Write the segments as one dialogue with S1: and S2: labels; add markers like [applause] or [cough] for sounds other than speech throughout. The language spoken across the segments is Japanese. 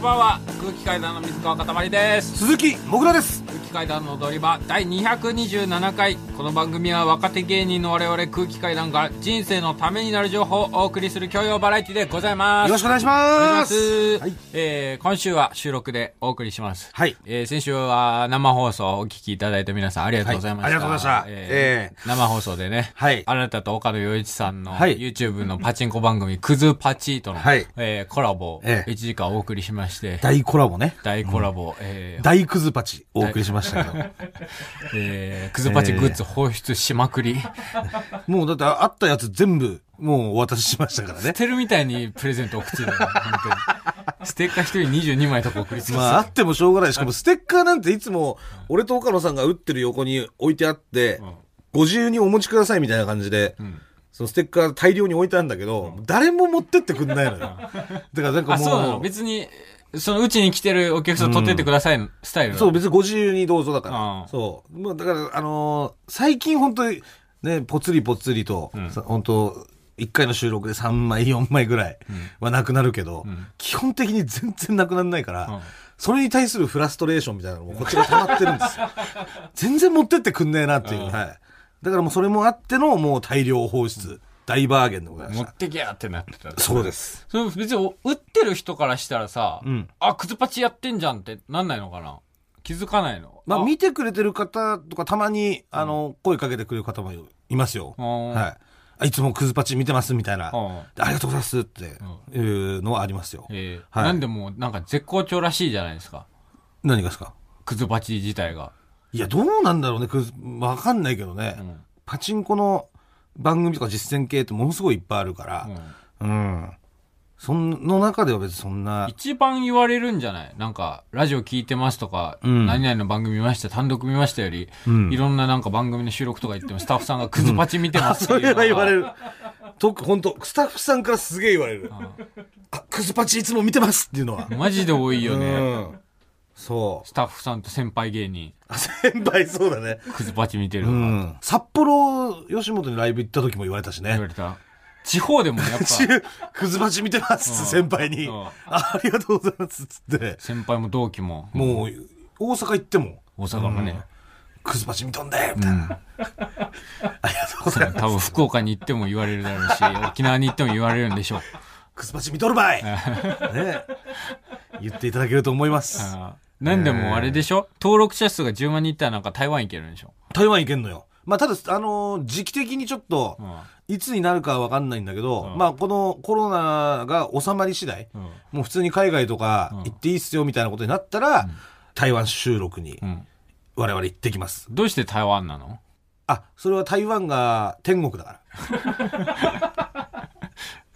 S1: ばんは空気階段の水川かたまりです
S2: 鈴木もぐらです
S1: 空気階段の踊り場第227回この番組は若手芸人の我々空気階段が人生のためになる情報をお送りする教養バラエティでございます
S2: よろしくお願いし
S1: お願い
S2: ま
S1: しますす、
S2: はい
S1: えー今週は収録でお送りします。
S2: はい
S1: えー先週は生放送をお聞きいただいた皆さんありがとうございました。
S2: はいありがとうございました
S1: えー生放送でね、
S2: はい
S1: あなたと岡野陽一さんの
S2: はい
S1: YouTube のパチンコ番組、クズパチーとの、
S2: はい
S1: えーコラボを
S2: ええ
S1: 1時間お送りしまして、
S2: 大コラボね
S1: 大コラボ、えー
S2: 大クズパチお送りしましたけど
S1: えークズパチグッズ放出しまくり、
S2: [laughs] もうだってあったやつ全部もうお渡ししました
S1: [laughs]
S2: から
S1: 捨
S2: ね
S1: てるみたいにプレゼント送ってたよ本当に。ステッカー一人22枚とか送りつけて
S2: まああってもしょうがないしかもステッカーなんていつも俺と岡野さんが打ってる横に置いてあってご自由にお持ちくださいみたいな感じで
S1: ん
S2: そのステッカー大量に置いてあるんだけど誰も持ってってくんないのよだからなんか
S1: あ、そうな
S2: も
S1: の
S2: う
S1: 別に、そのうちに来てるお客さん取ってってくださいの、スタイルなの
S2: そう、別にご自由にどうぞだか
S1: うん
S2: ら。そう。まあ、だから、あのー最近本当に、ね、ぽつりぽつりと、さ本当一回の収録で3枚、4枚ぐらいはなくなるけど、
S1: ん
S2: 基本的に全然なくならないから、
S1: うん
S2: それに対するフラストレーションみたいなのもこっちが溜まってるん [laughs] ですよ。全然持ってってくんねえなっていう。
S1: うん
S2: はい。だからもうそれもあっての、もう大量放出、大バーゲンでございまし
S1: 持
S2: た
S1: っ。てきゃってなってた。
S2: そうです。
S1: それ別に、売ってる人からしたらさ、
S2: うん
S1: あ、クズパチやってんじゃんってなんないのかな気づかないの
S2: まあ、見てくれてる方とか、たまに、あの、声かけてくれる方もいますよ。
S1: は
S2: はい。あいつもクズパチ見てますみたいな。
S1: い。う
S2: で
S1: ん
S2: ありがとうございますっていうのはありますよ。
S1: えー
S2: はい
S1: なんでもう、なんか絶好調らしいじゃないですか。
S2: 何がですか
S1: クズパチ自体が。
S2: いや、どうなんだろうね。クズ、わかんないけどね。
S1: うん
S2: パチンコの番組とか実践系ってものすごいいっぱいあるから
S1: う。ん
S2: うん。その中では別にそんな。
S1: 一番言われるんじゃないなんか、ラジオ聞いてますとか、
S2: うん
S1: 何々の番組見ました、単独見ましたより、
S2: うん
S1: いろんななんか番組の収録とか行っても、スタッフさんがクズパチ見てますって
S2: [laughs] そ
S1: いうのが
S2: れは言われる。と、本当スタッフさんからすげえ言われる。あ、クズパチいつも見てますっていうのは。
S1: マジで多いよね。
S2: うん。そう
S1: ス。タッフさんと先輩芸人、
S2: あ先輩そうだね。
S1: クズパチ見てる
S2: う
S1: のが
S2: ん。札幌、吉本にライブ行った時も言われたしね
S1: 言わ。れた。地方でもやっ
S2: [laughs]
S1: ぱ、
S2: 中、くずばち見てますっつって、先輩に。
S1: うん
S2: あありがとうございますっつって。
S1: 先輩も同期も、
S2: もう、大阪行っても、
S1: 大阪もね、
S2: くずばち見とんでみたいな。ありがとうございます。
S1: 多分福岡に行っても言われるだろう
S2: [laughs]
S1: し、沖縄に行っても言われるんでしょう。
S2: くずばち見とるばいね言っていただけると思います。
S1: あーなんでもあれでしょ登録者数が10万人いったらなんか台湾行けるんでしょ
S2: 台湾行けんのよ。まあ、ただ、あのー時期的にちょっと
S1: う、ん。
S2: いつになるかはわかんないんだけど、
S1: うん
S2: まあ、このコロナが収まり次第、
S1: うん
S2: もう普通に海外とか行っていいっすよみたいなことになったら、台湾収録に
S1: うん。
S2: 我々行ってきます。
S1: どうして台湾なの
S2: あ、それは台湾が天国だから。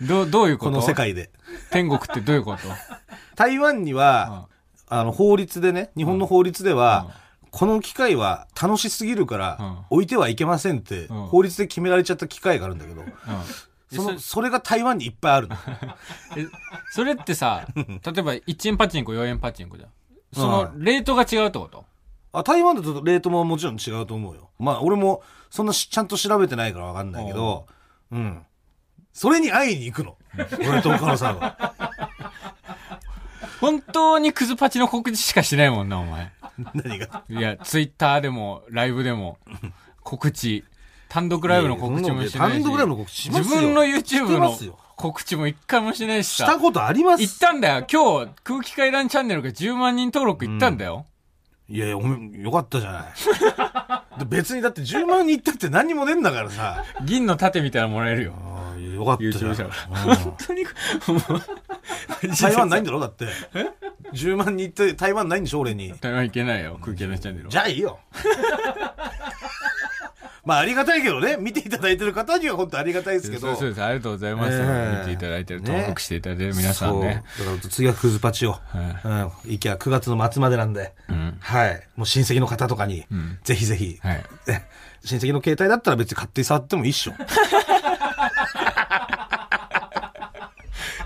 S1: どう、どういうこと
S2: この世界で。
S1: 天国ってどういう
S2: [laughs]
S1: こと
S2: 台湾には、あの、法律でね、日本の法律では、この機会は楽しすぎるから、置いてはいけませんって、
S1: うん
S2: 法律で決められちゃった機会があるんだけど、
S1: うん。
S2: そ
S1: え
S2: の、それが台湾にいっぱいあるの。
S1: えそれってさ、例えば1円パチンコ、4円パチンコじゃん。そ
S2: はい
S1: の、レートが違うってこと
S2: あ台湾だとレートももちろん違うと思うよ。まあ、俺も、そんなしちゃんと調べてないからわかんないけど、うん。それに会いに行くの。俺と岡野さんは。 [laughs]
S1: 本当にクズパチの告知しかしないもんな、お前。
S2: 何が。
S1: いや、ツイッターでも、ライブでも、告知。単独ライブの告知もしてないし。
S2: 単独ライブの告知しますよ
S1: 自分の
S2: して
S1: YouTube
S2: ま
S1: の
S2: すよ
S1: 告知も一回もしないし
S2: した
S1: さ。
S2: ことあります
S1: 行ったんだよ。今日、空気階段チャンネルが10万人登録行ったんだよ。
S2: いやいや、おめ、よかったじゃない。で [laughs] 別にだって10万人いったって何にもねえんだからさ。
S1: 銀の盾みたいなのもらえるよ。
S2: ああ、よかったじゃ
S1: YouTube
S2: ん。
S1: じゃん
S2: うん
S1: 本当に、
S2: 台湾ないんだろだって。10万人いって台湾ないんでしょ俺に。
S1: 台湾行けないよ、空気階段チャンネルは。
S2: じゃあいいよ。 [laughs] まあありがたいけどね、見ていただいてる方には本当ありがたいですけ
S1: そう
S2: ど。
S1: そうです。ありがとうございます。
S2: ええ
S1: 見ていただいてる、
S2: ね
S1: 登録していただいてる皆さんね。
S2: そう。だから次はクズパチを。うん。いきゃ9月の末までなんで。
S1: うん。
S2: はい。もう親戚の方とかに、
S1: ん
S2: ぜひぜひ、
S1: はい。
S2: ね [laughs] 親戚の携帯だったら別に勝手に触ってもいいっ
S1: [laughs]
S2: しょ。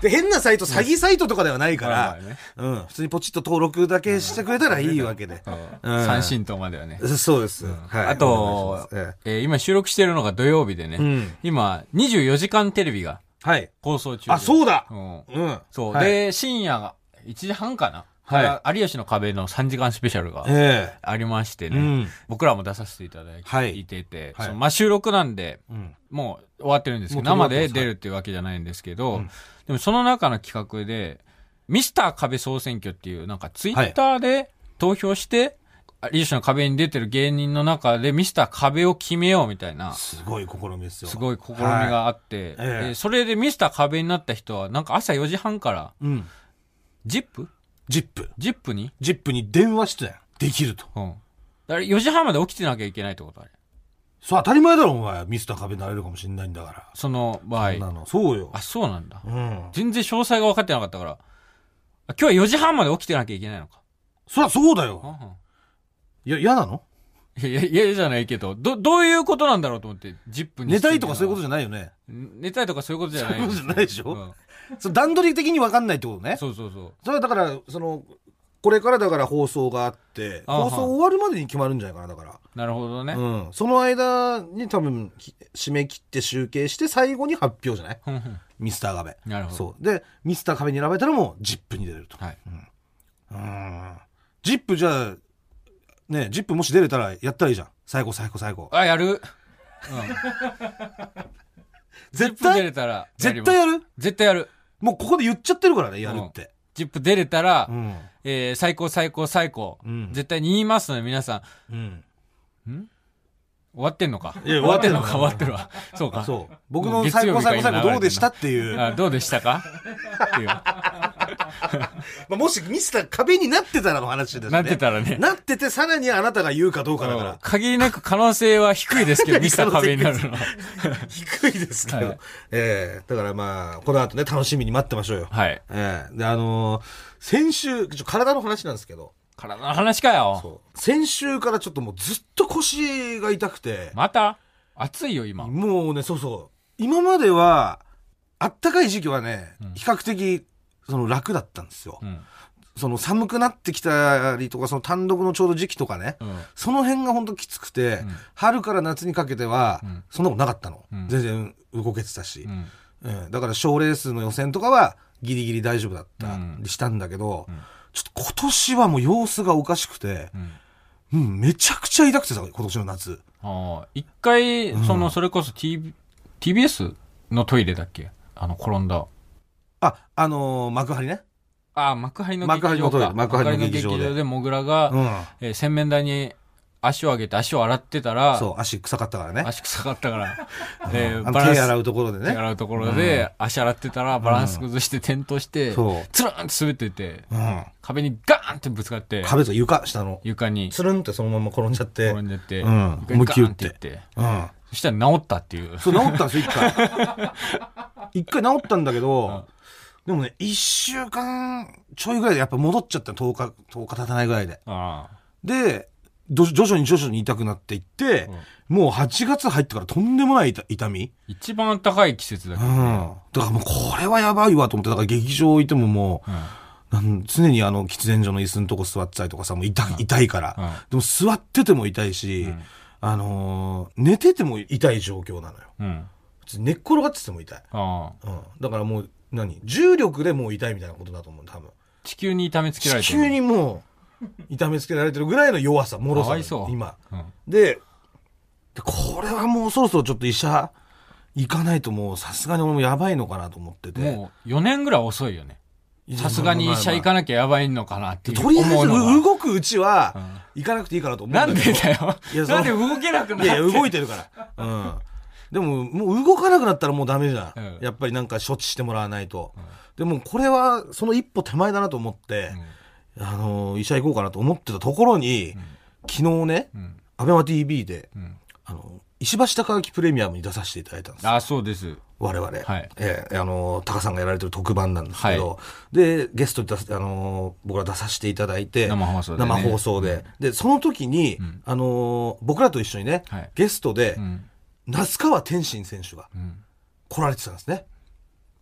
S2: で変なサイト、詐欺サイトとかではないか
S1: まあま
S2: ら
S1: あね、
S2: うん、普通にポチッと登録だけしてくれたらいいわけで。うん
S1: 三振とまではね。
S2: そうです。はい
S1: あ
S2: お願い
S1: と
S2: し、ますえ
S1: えー今収録してるのが土曜日でね、
S2: うん
S1: 今、24時間テレビが
S2: えはい。
S1: 放送中で。
S2: あ、そうだ
S1: うん
S2: うん。
S1: そう、
S2: はい、
S1: で、深夜1時半かな、
S2: は
S1: 有吉の壁の3時間スペシャルが
S2: え
S1: ありまして
S2: え
S1: ね、
S2: うん。
S1: 僕らも出させていただいて,、
S2: はい
S1: い、てて、
S2: はい
S1: そのまあ、収録なんで、
S2: うん。
S1: もう終わってるんですけど、
S2: も
S1: 生
S2: う撮
S1: で
S2: り終わってます
S1: 出るっていうわけじゃないんですけど、
S2: うん
S1: でもその中の企画で、ミスター壁総選挙っていう、なんかツイッターで投票して、有吉の壁に出てる芸人の中でミスター壁を決めようみたいな、
S2: すごい試みですよ。
S1: すごい試みがあって、
S2: ええ
S1: でそれでミスター壁になった人は、なんか朝4時半から、
S2: うん。
S1: ジップ
S2: ジップ。
S1: ジップに
S2: ジップに電話出演できると。
S1: うん。だから4時半まで起きてなきゃいけないってことあれ。
S2: そう、当たり前だろ、お前。ミスター壁になれるかもしれないんだから。
S1: その場合
S2: そん。なの。そうよ。
S1: あ、そうなんだ。
S2: うん。
S1: 全然詳細が分かってなかったから。あ今日は4時半まで起きてなきゃいけないのか。
S2: そりゃそうだよ。
S1: う
S2: いや、嫌なの
S1: んいや、いや、嫌じゃないけど、ど、どういうことなんだろうと思って、ジップに。
S2: 寝たいとかそういうこ
S1: じ
S2: とじゃないよね。
S1: ゃ寝たいとかそういうことじゃない。
S2: そういうことじゃないでしょ
S1: うん
S2: そう段取り的に分かんないってことね。
S1: そうそうそう。
S2: それはだから、その、これからだから放送があって、
S1: あは
S2: 放送終わるまでに決まるんじゃないかな、だから。
S1: なるほどね。
S2: うん。その間に多分、き締め切って集計して、最後に発表じゃない
S1: ふんふん
S2: ミスター壁。
S1: なるほど。
S2: そう。で、ミスター壁に選ばれたらもう、ジップに出れると。
S1: はい。
S2: うん。ジップじゃあ、ね、ジップもし出れたらやったらいいじゃん。最高、最高、最高。
S1: あ、やる。
S2: 絶
S1: ジップ出
S2: 対、
S1: れたら。やり
S2: 絶
S1: ます
S2: 対やる
S1: 絶対やる。
S2: もうここで言っちゃってるからね、やるって。
S1: ジップ出れたら、
S2: うん。
S1: えー最高最高最高、
S2: うん
S1: 絶対に言いますので、皆さん。
S2: うん。
S1: 終わってんのか。
S2: いや
S1: 終わってんのか、終
S2: 終
S1: わ
S2: わ
S1: ってるわ。そうか。
S2: そう。僕
S1: もう
S2: の
S1: 月
S2: 最
S1: 曜
S2: 高、
S1: 日から
S2: 最高、
S1: 今
S2: 最高、どうでした
S1: 流
S2: っていう。ま
S1: あどうでしたかっていう。
S2: あ、もしミスター壁になってたらの話ですね。
S1: なってたらね。
S2: なってて、さらにあなたが言うかどうかだから。
S1: 限りなく可能性は低いですけ
S2: [laughs]
S1: ど、ミスター壁になるのは。
S2: 低いですけど。
S1: はい
S2: ええだからまあ、この後ね、楽しみに待ってましょうよ。 [laughs]
S1: はい。
S2: ええで、あのー先週、ちょ体の話なんですけど、
S1: 体の話かよ。
S2: そう先週からちょっともうずっと腰が痛くて、
S1: また暑いよ、今。
S2: もうね、そうそう。今までは、あったかい時期はね、比較的、その楽だったんですよ。
S1: うん。
S2: その寒くなってきたりとか、その単独のちょうど時期とかね、
S1: うん。
S2: その辺が本当きつくて、
S1: ん
S2: 春から夏にかけては、
S1: ん
S2: そんなことなかったの。
S1: うん
S2: 全然動けてたし
S1: う。ん。
S2: うんだから賞レースの予選とかはギリギリ大丈夫だった
S1: うん
S2: りしたんだけど、
S1: ん
S2: ちょっと今年はもう様子がおかしくて、
S1: うん。
S2: うん、めちゃくちゃ痛くてさ、今年の夏。
S1: ああ、一回、その、それこそ T、TBS のトイレだっけあの、転んだ。
S2: あ、あのー幕張ね。
S1: ああ、幕張の
S2: 幕張のトイレ
S1: か
S2: 幕張の劇場で
S1: 幕で、モグラが、
S2: うん。
S1: えー洗面台に足を上げて足を洗ってたら、
S2: そう、足臭かったからね。
S1: 足臭かったから、
S2: [laughs]
S1: え
S2: あ
S1: ー
S2: の
S1: バラン
S2: 手
S1: ス
S2: 洗うところで
S1: 手
S2: ね。
S1: 洗うところで、足洗ってたらバランス崩して転倒して、
S2: そう。
S1: つるんって滑ってて、
S2: うん。
S1: 壁にガーンってぶつかって、
S2: 壁とか床、下の。
S1: 床に
S2: つるんってそのまま転んじゃって。う
S1: 転
S2: ん。
S1: んでて、
S2: うん
S1: 床にガーンっていっ
S2: 思い
S1: て、
S2: そ
S1: そしたら治ったっていう。
S2: う、治ったんですよ、一回。一回治ったんだけど、でもね、一週間ちょいぐらいでやっぱ戻っちゃったの、10日、10日経たないぐらいで。
S1: あ
S2: で、ど徐々に徐々に痛くなっていって、もう8月入ってからとんでもない痛痛み。
S1: あ一番暖かい季節だ
S2: うん。
S1: け
S2: だ
S1: ど、
S2: からもうこれはやばいわと思って、だから劇場いてももう、
S1: うん
S2: なん常にあの喫煙所の椅子のとこ座ってたりとかさ、もう痛,、痛いから、
S1: うん
S2: でも座ってても痛いし、
S1: うん
S2: あのー寝てても痛い状況なのよ。
S1: うん。
S2: 寝っ転がってても痛い。
S1: ああ
S2: うん。だからもう、何重力でもう痛いみたいなことだと思う、多分。
S1: 地球に痛めつけられて
S2: 地
S1: る
S2: 球にもう、痛めつけられてるぐらいの弱さ、脆
S1: かわい
S2: さ
S1: そ
S2: が、
S1: う
S2: 今。
S1: うん
S2: で、でこれはもうそろそろちょっと医者行かないともうさすがに俺もやばいのかなと思ってて。
S1: もう4年ぐらい遅いよね。
S2: いや
S1: さすがに医者行かなきゃやばいのかなっていう
S2: とりあえず
S1: 思うのが
S2: 動くうちは行かなくていいかなと思う
S1: なんん
S2: だ
S1: で
S2: けど
S1: だよ
S2: いや。そ
S1: な
S2: の
S1: んで動けなくなって
S2: いやいや動いてるから。うん。でも、もう動かなくなったらもうダメじゃん。
S1: うん
S2: やっぱりなんか処置してもらわないと。でもこれはその一歩手前だなと思って、あの、医者行こうかなと思ってたところに、昨日ね、
S1: ん
S2: アベマ TV で、
S1: ん
S2: あの、石橋貴明プレミアムに出させていただいたんですよ
S1: ああ、そうです。
S2: 我々、
S1: はい
S2: ええあのタカさんがやられてる特番なんですけど、でゲストに出すあの僕ら出させていただいて
S1: 生放送でね
S2: 生放送ででその時に、あの僕らと一緒にね、
S1: はい
S2: ゲストで、
S1: うん。
S2: 那須川天心選手が
S1: うん。
S2: 来られてたんですね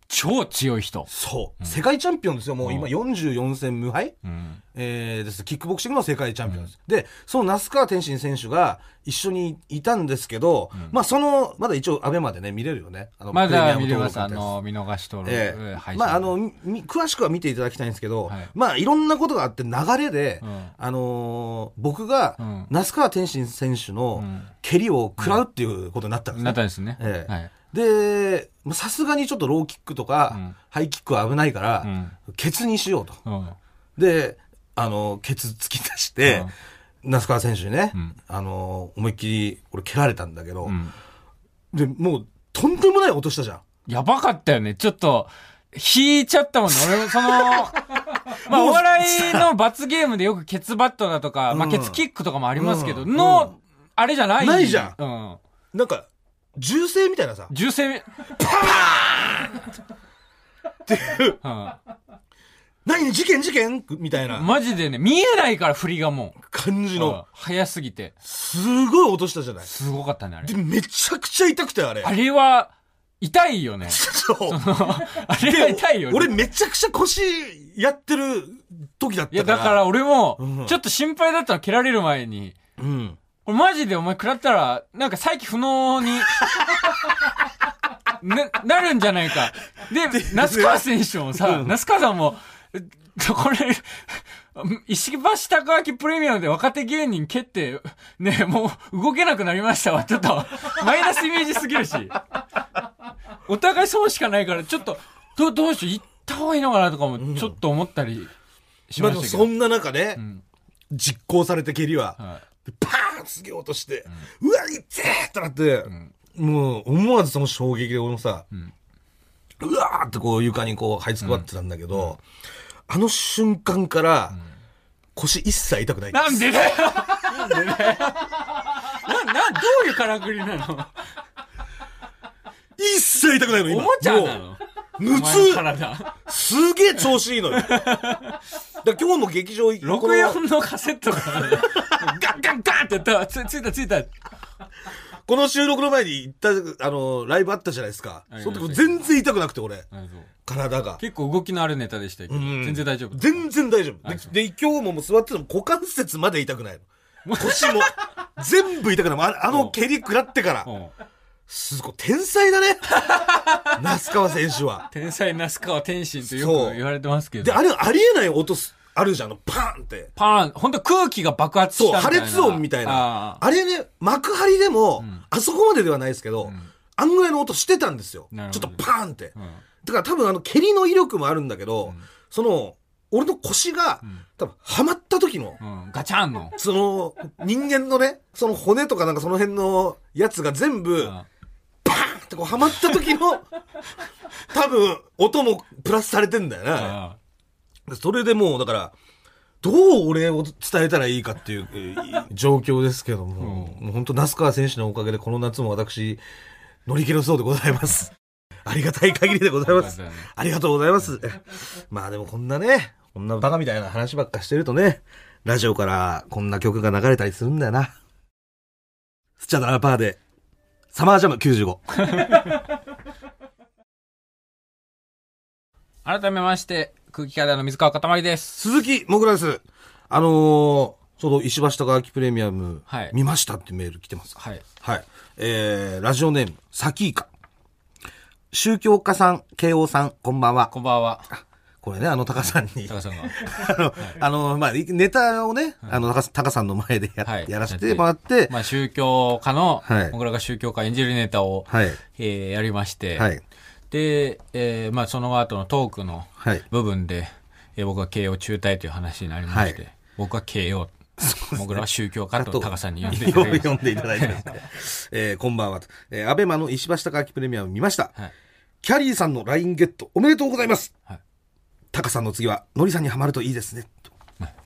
S1: 超強い人。
S2: そう、世界チャンピオンですよ。もう今44戦無敗、
S1: うん。
S2: えーです。キックボクシングの世界チャンピオンです。で、その那須川天心選手が一緒にいたんですけど、まあその、まだ一応アベマでね、見れるよね。あの
S1: まだ
S2: プ
S1: 見
S2: レミ
S1: れ
S2: アム
S1: ま
S2: 登
S1: す。あ
S2: 録みたいなやつ
S1: の、見逃し登録、
S2: え
S1: うん
S2: え
S1: 配信。
S2: まあ、あの、み詳しくは見ていただきたいんですけど、
S1: はい
S2: まあ、いろんなことがあって流れで、
S1: うん
S2: あのー僕が、
S1: うん
S2: 那須川天心選手の
S1: うん
S2: 蹴りを食らうっていうことになったんです
S1: な
S2: ね
S1: っ。たんですね。
S2: ええ
S1: はい。
S2: で、まあさすがにちょっとローキックとか、
S1: うん
S2: ハイキックは危ないから、
S1: うん
S2: ケツにしようと。
S1: うん。
S2: で、あの、ケツ突き出して、那須川選手にね、
S1: うん
S2: あの、思いっきり、俺蹴られたんだけど、
S1: うん。
S2: で、もう、とんでもない音したじゃん。
S1: やばかったよね。ちょっと、引いちゃったもんね。俺も
S2: [laughs]
S1: その、まあ、
S2: もう
S1: お笑いの罰ゲームでよくケツバットだとか、まあ、
S2: うん
S1: ケツキックとかもありますけど、
S2: うん
S1: の、あれじゃない
S2: ないじゃ
S1: ん。うん。
S2: なんか、銃声みたいなさ、
S1: 銃声、パーンっていう。
S2: 何事件事件みたい
S1: うん。
S2: な
S1: マジでね、見えないから振りがも
S2: 感
S1: う。
S2: じ
S1: うん
S2: の、
S1: 早すぎて。
S2: すごい音したじゃない。
S1: すごかったね、あ
S2: で、
S1: れ。
S2: めちゃくちゃ痛くて、あれ。
S1: あれは、痛いよね。
S2: そう。
S1: あれは痛いよね。
S2: 俺めちゃくちゃ腰やってる時だったから。
S1: いや、だから、俺も
S2: うん、
S1: ちょっと心配だったの、蹴られる前に。
S2: うん。
S1: 俺マジでお前食らったら、なんか再起不能に、 [laughs] な、なるんじゃないか。で、那須川選手もさ、
S2: うん
S1: 那須川さんも、えこれ、石橋貴明プレミアムで若手芸人蹴って、ね、もう動けなくなりましたわ。ちょっと、マイナスイメージすぎるし。お互いそうしかないから、ちょっと、どう、どうしよう、行った方がいいのかなとかも、ちょっと思ったりし
S2: まあ
S1: ま
S2: でも
S1: したけ
S2: そ
S1: ど。
S2: んな中ね、
S1: ん
S2: 実行されて蹴りは、
S1: はい
S2: でパーンすげえ落として、うわ、いってーってなって、もう思わずその衝撃で俺もさ、うわーってこう床にこう這いつくばってたんだけど、あの瞬間から、腰一切痛くない。
S1: なんでだよなんでだよな、な、どういうからくりなの
S2: 一切痛くないの、
S1: お
S2: 今。
S1: もちゃな
S2: も
S1: の
S2: う無
S1: お前の
S2: 痛
S1: 体。
S2: すげえ調子
S1: [laughs]
S2: いいのよ。だから今日の劇場、この
S1: 64のカセットが、 [laughs] ガンガンガンってやったら、つ、ついたついた。
S2: この収録の前に行った、あの、ライブあったじゃないですか
S1: あ。り
S2: そ
S1: まし
S2: の
S1: た
S2: 時全然痛くなくて、俺。体が。
S1: 結構動きのあるネタでしたけど、
S2: うん
S1: 全然大丈夫。
S2: 全然大丈夫。
S1: あそ
S2: で、で今日ももう座ってても股関節まで痛くないの。腰も。全部痛くない。もうああの蹴り食らってから。
S1: うん
S2: すごい。天才だね。那須川選手は。
S1: 天才那須川天心とよ
S2: そう
S1: く言われてますけ
S2: で、
S1: ど。
S2: あれ、ありえない音すあるじゃん。あのパーンって。
S1: パーン、ほんと空気が爆発し
S2: そう、
S1: たみた
S2: 破
S1: いな。
S2: 裂音みたいな
S1: あ。あ
S2: あれね、幕張でも、あそこまでではないですけど、あんぐらいの音してたんですよ。ち
S1: な
S2: ょっ
S1: るほ
S2: と
S1: ど
S2: パーンって。
S1: うん
S2: だから多分あの蹴りの威力もあるんだけど、その、俺の腰が、多分はまった時の、
S1: うん。ガチャンの。
S2: その、人間のね、その骨とかなんかその辺のやつが全部、
S1: ん
S2: バーンってこうはまった時 [laughs] の、多分、音もプラスされてんだよな、
S1: あ
S2: それでもう、だから、どうお礼を伝えたらいいかっていうえー状況ですけども、もう本当、那須川選手のおかげでこの夏も私、乗り切れそうでございます。ありがたい限りでございま
S1: よかっ
S2: す
S1: たね。
S2: ありがとうございます。 [laughs] まあでもこんなね、こんなバカみたいな話ばっかしてるとね、ラジオからこんな曲が流れたりするんだよな。スチャダラパーで、サマージャム95。
S1: あ改めまして、空気階段の水川かたまりです。
S2: 鈴木もぐらです。あのー、ちょうど石橋貴明プレミアム、
S1: はい
S2: 見ましたってメール来てます。
S1: はい。
S2: はい。えー、ラジオネーム、サキイカ。宗教家さん、慶応さん、こんばんは。
S1: こんばんは。
S2: これね、あの、タカさんに、
S1: 高さん
S2: [laughs]
S1: が。
S2: あの、あの、まあ、いネタをね、あの、タカタカさんの前でや,、
S1: はい
S2: やらせてもらって、
S1: まあ、宗教家の
S2: はい、
S1: 僕らが宗教家演じるネタを、
S2: はい。
S1: えーやりまして、
S2: はい。
S1: で、えーまあ、その後のトークの
S2: はい
S1: 部分で、えー僕は慶応中退という話になりまして、
S2: は
S1: 僕は慶応、僕らは宗教家と高さんに呼んでいただきました
S2: [laughs] 読んでいただいてます。えー、こんばんはと。えー、アベマの石橋貴明プレミアム見ました。
S1: はい
S2: キャリーさんの LINE ゲットおめでとうございます。
S1: はい
S2: タカさんの次は、ノリさんにはまるといいですね。と、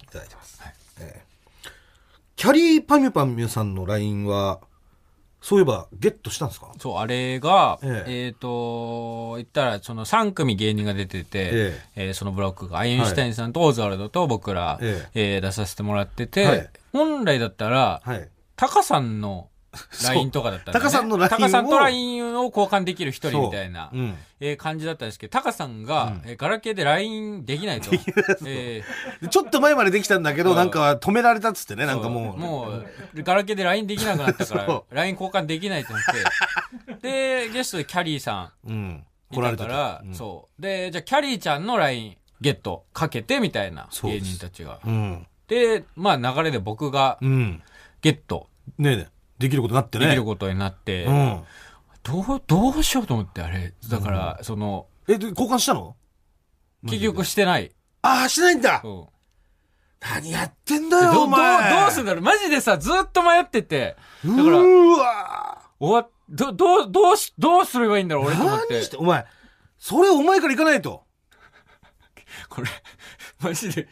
S2: いただいてます。えーキャリーパミュパミュさんの LINE は、そういえばゲットしたんですか
S1: そう、あれが、
S2: ええ
S1: えっ、と、言ったら、その3組芸人が出てて、
S2: え
S1: えーそのブロックが、アインシュタインさんとオズワルドと僕ら、
S2: え
S1: えー出させてもらってて、
S2: はい
S1: 本来だったら、
S2: はい。
S1: タカさんの
S2: そう
S1: LINE とかだったんで、ね。
S2: タカさんの LINE を
S1: タカさんと LINE を交換できる一人みたいな
S2: う、ん。
S1: えー感じだったんですけど、タカさんが、えーガラケーで LINE できない
S2: [laughs]
S1: と。えー
S2: でちょっと前までできたんだけど、
S1: そう
S2: なんか止められたっつってね、なんかもう。
S1: もう、ガラケーで LINE できなくなったから
S2: [laughs] そ、
S1: LINE 交換できないと思って。で、ゲストでキャリーさ
S2: うん。
S1: ん
S2: 来
S1: い
S2: られ
S1: た
S2: て
S1: か
S2: た
S1: ら、
S2: うん
S1: そう。で、じゃあキャリーちゃんの LINE ゲットかけてみたいな、
S2: そう
S1: 芸
S2: です
S1: 人たちが。
S2: うん。
S1: で、まあ流れで僕が
S2: うん。
S1: ゲット
S2: ねえねえ、できることになってね。
S1: できることになって、
S2: うん。
S1: どう、どうしようと思って、あれ。だから、その、
S2: え、で交換したの
S1: 結局してない。
S2: ああ、しないんだ
S1: うん。
S2: 何やってんだ
S1: ど
S2: よ、
S1: ど
S2: お
S1: う、
S2: 前。
S1: どうすんだろうマジでさ、ずっと迷ってて、
S2: う
S1: だから
S2: ーわ
S1: 終わ、ど、どう、どうし、どうすればいいんだろう、俺と思っ
S2: 何
S1: て。
S2: して、お前、それお前から行かないと。
S1: これ、 [laughs] マジで、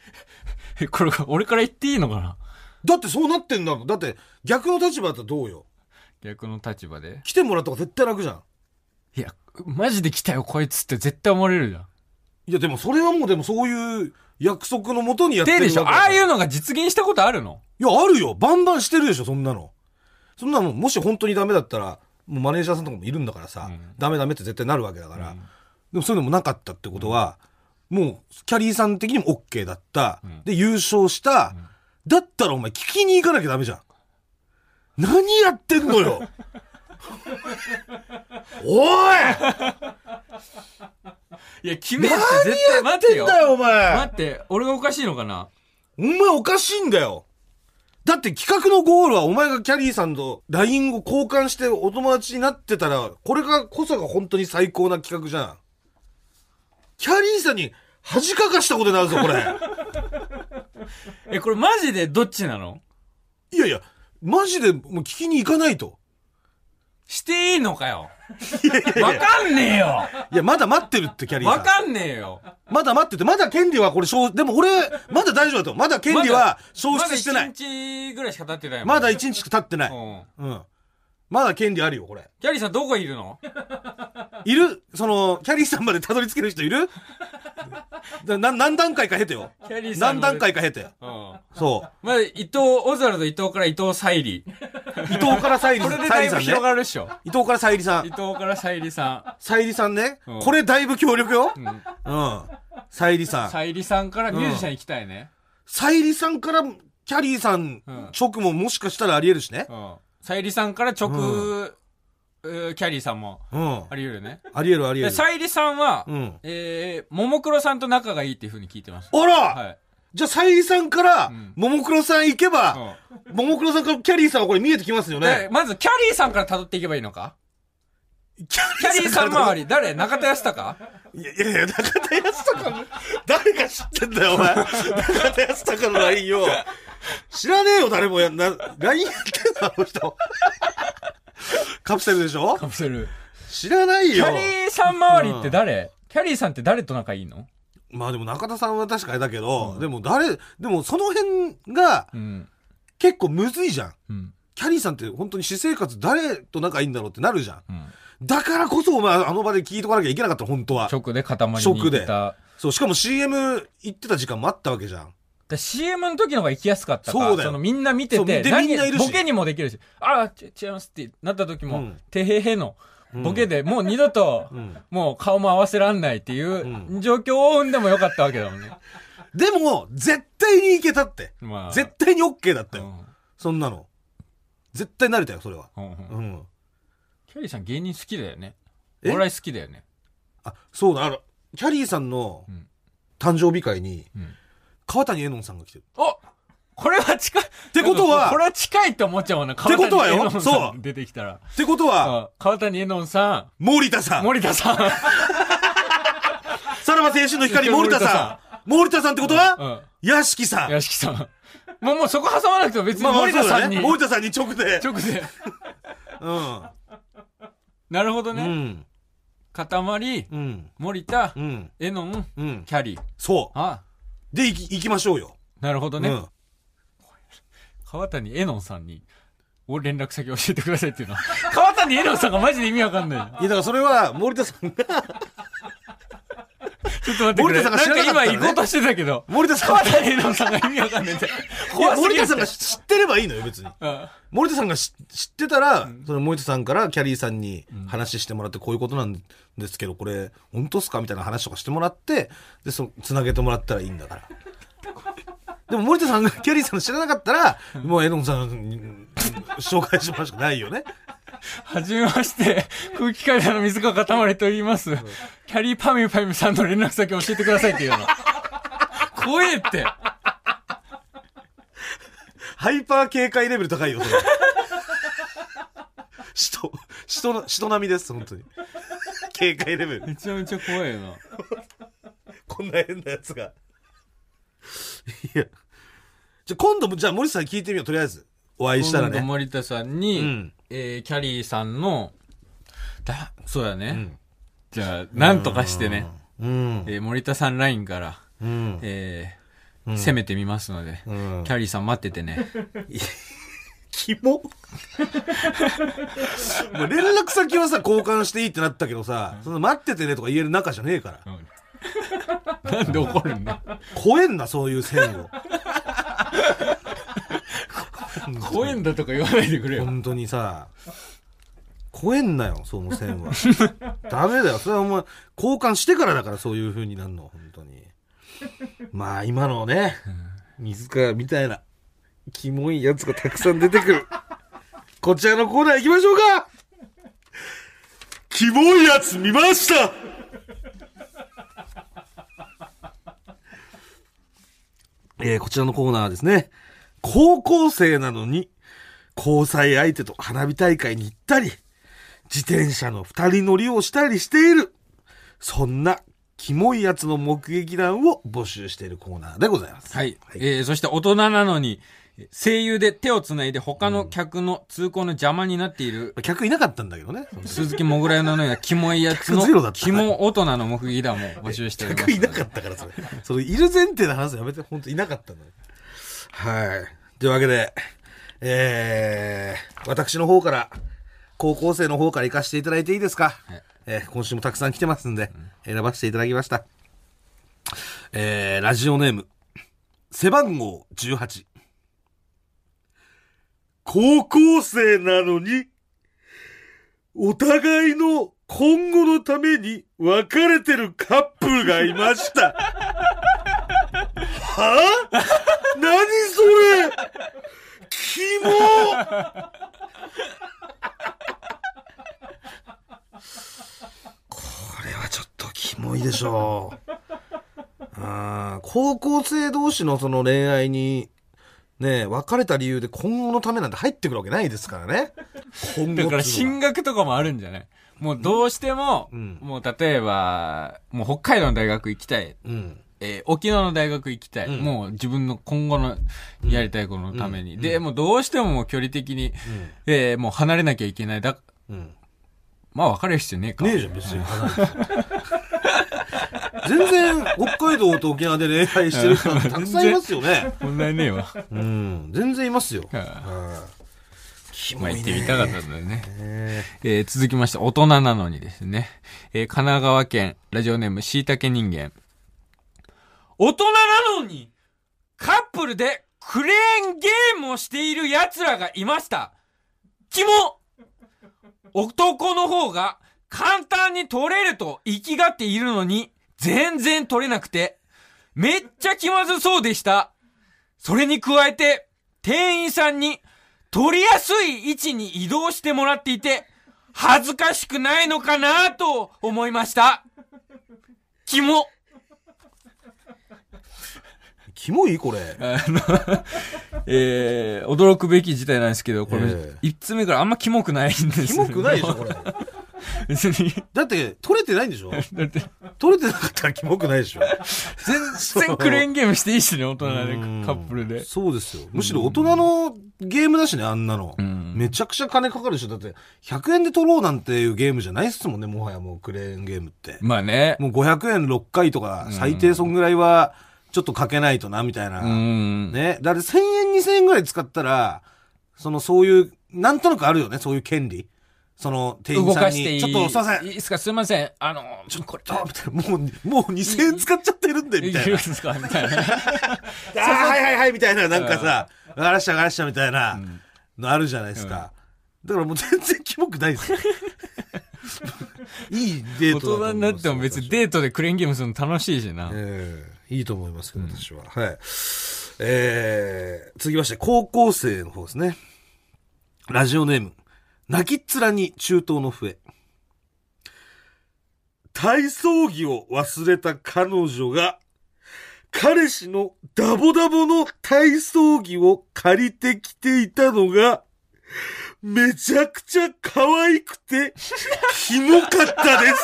S1: えこれ、俺から言っていいのかな
S2: だってそうなってんだもんだって、逆の立場だったらどうよ。
S1: 逆の立場で。
S2: 来てもらった方が絶対楽じゃん。
S1: いや、マジで来たよ、こいつって絶対思われるじゃん。
S2: いや、でもそれはもうでもそういう約束のもとにやって
S1: で
S2: る
S1: でしょ
S2: わけだ
S1: あ
S2: か
S1: あ
S2: ら
S1: いうのが実現したことあるの
S2: いや、あるよ。バンバンしてるでしょ、そんなの。そんなの、もし本当にダメだったら、もうマネージャーさんとかもいるんだからさ、
S1: うん
S2: ダメダメって絶対なるわけだから、でもそういうのもなかったってことは、もう、キャリーさん的にも OK だった。
S1: うん
S2: で、優勝した。だったらお前、聞きに行かなきゃダメじゃん。何やってんのよ
S1: [laughs]
S2: おい
S1: いや、君って絶対待ってよ。
S2: だよ、お
S1: 待
S2: 前
S1: って、俺がおかしいのかな
S2: お前おかしいんだよだって企画のゴールはお前がキャリーさんと LINE を交換してお友達になってたら、これがこそが本当に最高な企画じゃん。キャリーさんに恥かかしたことになるぞ、こ [laughs] れ。
S1: え、これマジでどっちなの
S2: いやいや、マジでもう聞きに行かないと。
S1: していいのかよ。わかんねえよ。
S2: いや、まだ待ってるって、キャリーさ
S1: わ
S2: ん。
S1: かんねえよ。
S2: まだ待ってて、まだ権利はこれ消、でも俺、まだ大丈夫だと。まだ権利は消失してない。
S1: まだ1日ぐらいしか経ってないもん
S2: まだ1日経ってな
S1: う
S2: い。
S1: ん。
S2: うん。まだ権利あるよ、これ。
S1: キャリーさんどこいるの
S2: いるその、キャリーさんまでたどり着ける人いるだな何段階か経てよ。
S1: キャリーさん
S2: 何
S1: の
S2: 段階か経て。
S1: うん。
S2: そ
S1: まだ伊藤、オズワルド伊藤から伊藤沙莉。
S2: う。伊藤からさゆり
S1: これ
S2: さん。
S1: で
S2: さ
S1: だい
S2: ゆり
S1: ぶ
S2: さん
S1: 広
S2: ね。
S1: がるでしょ。
S2: 伊藤からさゆりさ
S1: 伊
S2: ん。
S1: 藤から沙莉 [laughs] さ
S2: さゆりさんね
S1: うん。
S2: これだいぶ強力よ。
S1: ん。うん。
S2: うん。さゆりさん。
S1: 沙莉さんからミュージシャン行きたいね。
S2: さゆりさんから、キャリーさん
S1: うん
S2: 直ももしかしたらあり得るしね
S1: う。ん。沙莉さんから直、うーキャリーさんも
S2: うん。あ
S1: あり得るね。
S2: り得るあり
S1: で、
S2: 得る。
S1: 沙莉さんは、
S2: うん。
S1: えー、ももクロさんと仲がいいっていう風に聞いてます。
S2: あ
S1: は
S2: ら
S1: い。
S2: じゃあさゆりさんから
S1: ん、
S2: ももクロさん行けば、
S1: う
S2: ももクロさんからキャリーさんはこれ見えてきますよ
S1: ん。で
S2: ね。
S1: まず、キャリーさんから辿っていけばいいの [laughs] か
S2: キャ
S1: キャリーさん
S2: から
S1: 周り、誰中田康 [laughs] 隆
S2: いやいやいや、中田康隆の、誰が知ってんだよ、お前。中田康隆の LINE を。知らねえよ、誰もやんな。LINE [laughs] やってんだ、あの人。カプセルでしょ
S1: カプセル。
S2: 知らない
S1: キ
S2: よ
S1: ャ。リーさん周りって誰キャリーさんって誰と仲いいの
S2: まあでも中田さんは確かあれだけど、でも誰、でもその辺が
S1: うん。
S2: 結構むずいじゃん。
S1: うん。
S2: キャリーさんって本当に私生活誰と仲いいんだろうってなるじゃん。
S1: うん。
S2: だからこそお前あの場で聞いとかなきゃいけなかった、本当は。
S1: 直で塊に行
S2: 直
S1: って
S2: で
S1: た。
S2: そう、しかも CM 行ってた時間もあったわけじゃん。
S1: で CM の時の方が行きやすかったから、
S2: そうだよ
S1: のみんな見て
S2: そう
S1: て、
S2: で
S1: 何
S2: みんないるし
S1: ボケにもできるし、あち違いますってなった時も、
S2: うん
S1: てへへの
S2: うん
S1: ボケで、もう二度と、
S2: [laughs] うん
S1: もう顔も合わせらんないっていう状況を生んでもよかったわけだもんね。
S2: でも、絶対に行けたって。
S1: まあ。
S2: 絶対に OK だった
S1: 対
S2: よ、そんなの。絶対慣れたよ、それは。
S1: うんうん
S2: う
S1: うん
S2: ん。
S1: キャリーさん芸人好きだよね。
S2: え
S1: お笑い好きだよね。
S2: あ、そうだ、あの、キャリーさんの
S1: うん
S2: 誕生日会に
S1: うん、
S2: 川谷絵音さんが来てる。
S1: おこれは近い。って
S2: ことは
S1: これは近いって思っちゃうもんな。
S2: てことはよ
S1: 川谷絵音さん
S2: そう
S1: 出てきたら。
S2: ってことは、
S1: あ川谷絵音さ
S2: 森田さ
S1: ん、
S2: ん。
S1: 森田さん。
S2: [laughs] さらば青春の光森田さん。森田さんってこと
S1: う
S2: は、
S1: ん。
S2: 屋敷さん。
S1: 屋敷さん。もう、もうそこ挟まなくても別に森田
S2: そう
S1: さ
S2: だ
S1: ん
S2: ね
S1: に。
S2: 森田さんに直で。
S1: 直で。
S2: うん。
S1: なるほど
S2: う
S1: ね。
S2: ん。
S1: 塊、
S2: うん。
S1: 森田
S2: う、ん。
S1: エノン、
S2: うん。
S1: キャリー。
S2: そ
S1: あ、
S2: う。で、行き行きましょうよ。
S1: なるほど
S2: う
S1: ね。
S2: ん。
S1: 川谷エノンさんに、お連絡先教えてくださいっていうのは。 [laughs] 川谷エノンさんがマジで意味わかんない。
S2: いや、だからそれは森田さんが
S1: ちょっと待ってくれ。
S2: 森田さんが知らなかったら
S1: んか今
S2: ね
S1: 行こうとしてたけ
S2: [laughs]
S1: ど。
S2: 森田さん
S1: 川田栄郎さんが意味わかんないんで。
S2: いや
S1: 怖すぎ
S2: 森
S1: る
S2: 田さんが知ってればいいのよ、別に。
S1: うん
S2: 森田さんがし知ってたら、その森田さんからキャリーさんに話してもらって、こういうことなんですけど、これ、本当っすかみたいな話とかしてもらって、で、その、つなげてもらったらいいんだから。 [laughs] でも森田さんがキャリーさんを知らなかったら、もうエドンさんにうん紹介しましかないよね。
S1: はじめまして、空気階段の水川かたまりと言います。キャリーパミュパミュさんの連絡先教えてくださいって言うの。怖えって。
S2: ハイパー警戒レベル高いよ、それ。 [laughs] 人、人の、人並みです、本当に。警戒レベル。
S1: めちゃめちゃ怖いよな。
S2: こんな変なやつが。いや。じゃ、今度も、じゃあ森田さんに聞いてみよう、とりあえず。お会いしたら
S1: 今度
S2: ね。
S1: 森田さんに、
S2: うん
S1: えーキャリーさんの、だ、そうやね。
S2: ん
S1: じゃあ、なんとかしてね、
S2: うん。
S1: えー森田さんラインから、
S2: うん。
S1: えー攻めてみますので、
S2: うん
S1: キャリーさん待っててね。
S2: キモ [laughs] もう連絡先はさ、交換していいってなったけどさ、その待っててねとか言える仲じゃねえから。
S1: なんで怒るん
S2: [laughs]
S1: だ
S2: 超えんな、そういう
S1: [laughs]
S2: 線を。
S1: 怖えんだとか言わないでくれよ。
S2: 本当にさ、超えんなよ、その
S1: [laughs]
S2: 線は。ダメだよ、それはお前、交換してからだから、そういう風になるの、本当に。まあ、今のね、水川みたいな、キモいやつがたくさん出てくる。こちらのコーナー行きましょうかキモいやつ見ました [laughs] えー、こちらのコーナーはですね、高校生なのに、交際相手と花火大会に行ったり、自転車の二人乗りをしたりしている。そんな、キモいやつの目撃談を募集しているコーナーでございます。
S1: はい。えーそして大人なのに、声優で手を繋いで他の客の通行の邪魔になってい
S2: [laughs]
S1: る、
S2: 客いなかったんだけどね。
S1: 鈴木もぐらのようなキモいやつ
S2: 客ゼ
S1: の、
S2: ロだった
S1: キモ大人の目撃談も募集しております
S2: 客。いなかったから、それ。それ、いる前提の話やめて、本当いなかったのよ。はい。というわけで、えー、私の方から、高校生の方から行かせていただいていいですか、
S1: い
S2: えー今週もたくさん来てますんで、選ばせていただきました。えー、ラジオネーム、背番号18。高校生なのに、お互いの今後のために別れてるカップルがいました。はぁ、何それキモこれはちょっとキモいでしょう。あー高校生同士のその恋愛に、ね別れた理由で今後のためなんて入ってくるわけないですからね。今後ってい
S1: だ
S2: うの
S1: か
S2: は
S1: ら進学とかもあるんじゃないもうどうしても、
S2: うん
S1: もう例えば、もう北海道の大学行きたい。
S2: うん。
S1: えー沖縄の大学行きたい、
S2: うん
S1: もう自分の今後のやりたいことのために。
S2: うん
S1: で、もうどうしてももう距離的に、えーもう離れなきゃいけない。だ、
S2: うん。うん。
S1: まあ別れる必要ねえか。
S2: ねえじゃん、別に。全然、北海道と沖縄で恋愛してる人なんてたくさんいますよね。
S1: 問題ねえ
S2: [laughs]
S1: わ。
S2: うん。全然いますよ。
S1: うん
S2: はいキ
S1: まあ
S2: ね
S1: 行ってみたかったんだよね。
S2: ね
S1: えー続きまして、大人なのにですね。えー神奈川県、ラジオネーム、しいたけ人間。大人なのに、カップルでクレーンゲームをしている奴らがいました。キモ男の方が簡単に取れると意きがっているのに、全然取れなくて、めっちゃ気まずそうでした。それに加えて、店員さんに、取りやすい位置に移動してもらっていて、恥ずかしくないのかなと思いました。キモ。
S2: キモいこれ。
S1: えー、驚くべき事態なんですけど、これ、
S2: え
S1: 1つ目からあんまキモくないんです
S2: キモくないでしょ、これ。
S1: 別に。
S2: だって、取れてないんでしょ
S1: だって、
S2: 取れてなかったらキモくないでしょ。
S1: 全然クレーンゲームしていいしね、大人で
S2: うん
S1: カップルで。
S2: そうですよ。むしろ大人のゲームだしね、あんなの。
S1: ん
S2: めちゃくちゃ金かかるでしょ。だって、100円で取ろうなんていうゲームじゃないっすもんね、もはやもうクレーンゲームって。
S1: まあね。
S2: もう500円6回とか、最低そんぐらいは、ちょっとかけないとな、みたいうな。
S1: ん。
S2: ね。だって1000円、2000円ぐらい使ったら、そのそういう、なんとなくあるよね、そういう権利。その店員
S1: 動
S2: さ
S1: か
S2: ん
S1: してい
S2: に、
S1: い
S2: ちょっとすいません
S1: い、いですかすいません。あの、
S2: ちょっとこれ、あみたいな、もう、もう2000円使っちゃってるんで、み
S1: い
S2: た
S1: る
S2: い
S1: んで
S2: な。
S1: すかみたいな。
S2: [laughs] あーはいはいはい、みたいな、なんかさ、わかりましたわかりました、みたいな、のあるじゃないですか。だからもう全然キモくない
S1: [laughs]
S2: ですよ。いいデ
S1: 大
S2: ー
S1: 人
S2: トだと思います
S1: になっても別にデートでクレーンゲームするの楽しいしな。
S2: ええいいと思いますけど、私は。はい。えー、続きまして、高校生の方ですね。ラジオネーム。泣きっ面に中東の笛。体操着を忘れた彼女が、彼氏のダボダボの体操着を借りてきていたのが、めちゃくちゃ可愛くて、キモかったです。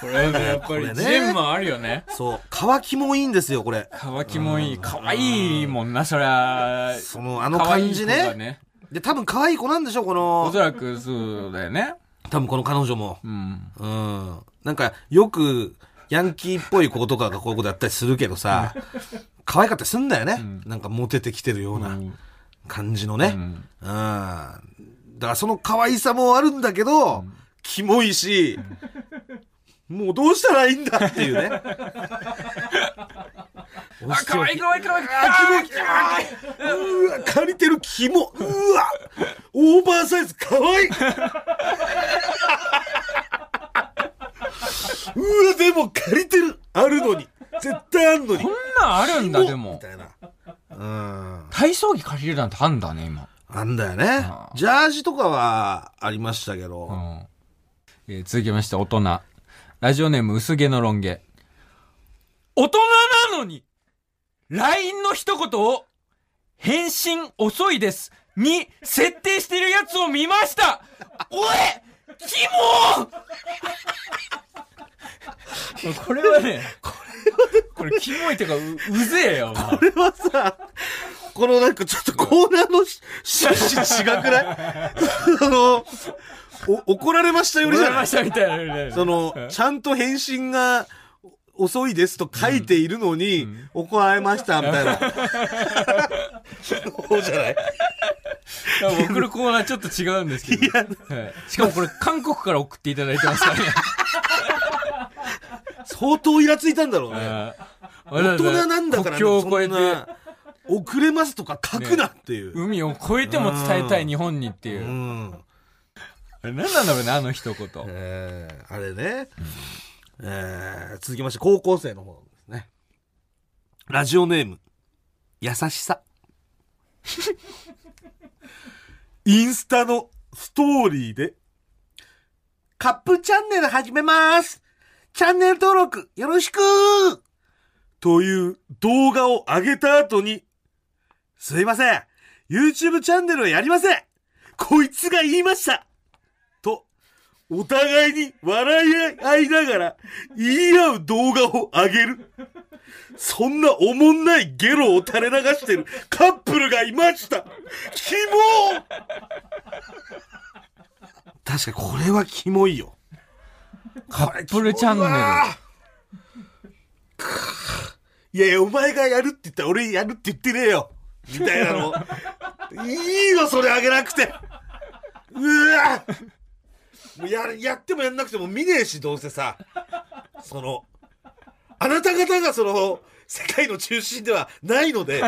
S1: これね、やっぱり
S2: これね
S1: ジンもあるよね。
S2: [laughs] そう、乾きもいいんですよ、これ。
S1: 乾きもいい。可愛いもんな、そりゃ。
S2: その、あ
S1: あ
S2: の感じね。で、多分可愛い子なんでしょ、こ
S1: お
S2: の
S1: そ、らくそうだよね。
S2: 多分この彼女も。
S1: うん。
S2: うん。なんか、よく、ヤンキーっぽい子とかがこういうことやったりするけどさ、可愛かったりすんだよね。なんかモテてきてるような感じのね。うん。だからその可愛さもあるんだけど、キモいし、もうどうしたらいいんだっていう [laughs] ね。
S1: あ、可愛い可愛い可愛い。
S2: あ、キモいあーうわ、借りてるキモうわオーバーサイズかわいいうわ、でも借りてるあるのに絶対あるのに
S1: こんなんあるんだ、で
S2: み
S1: も。
S2: たいな。うん。
S1: 体操着借りるなんてあんだね、今。
S2: あんだよね。ジャージとかはありましたけど。
S1: うんえー続きまして、大人。ラジオネーム、薄毛のロン毛。大人なのに、LINE の一言を、返信遅いです、に設定してるやつを見ましたおいキモーこれはね、 [laughs] これは、これキモいってか、う、うぜえよ、お前
S2: これはさ、このなんかちょっとコーナー
S1: [laughs]
S2: のし、し、し、違くない [laughs] あの、お、怒られましたよりじゃ
S1: 怒られ
S2: ない
S1: ましたみたいなね。
S2: [laughs] その、ちゃんと返信が遅いですと書いているのに、怒られました、みた
S1: [laughs]
S2: いな。そうじゃない
S1: 多分送るコーナーちょっと違うんですけど。はいしかもこれ韓国から送っていただいてますからね。
S2: 相当イラついたんだろうね。
S1: あー
S2: 大人なんだか
S1: 国
S2: らね、
S1: 境を
S2: そ
S1: 越え
S2: んな
S1: て、
S2: 遅れますとか書くなっていう。
S1: 海を越えても伝えたい日本にっていうう。
S2: ん。
S1: あれ何なんだろうね、あの一言。
S2: えーあれね。えー続きまして、高校生の方ですね。ラジオネーム、優しさ。 [laughs] インスタのストーリーで、カップチャンネル始めますチャンネル登録よろしくという動画を上げた後に、すいません !YouTube チャンネルはやりませんこいつが言いましたと、お互いに笑い合いながら言い合う動画を上げる。そんなおもんないゲロを垂れ流してるカップルがいましたキモ確かにこれはキモいよ。
S1: カップルチャンネル。
S2: いやいや、お前がやるって言ったら俺やるって言ってねえよ。みたいなの。いいよ、それあげなくて。うわもうやるやってもやんなくても見ねえし、どうせさ。その、あなた方がその、世界の中心ではないので、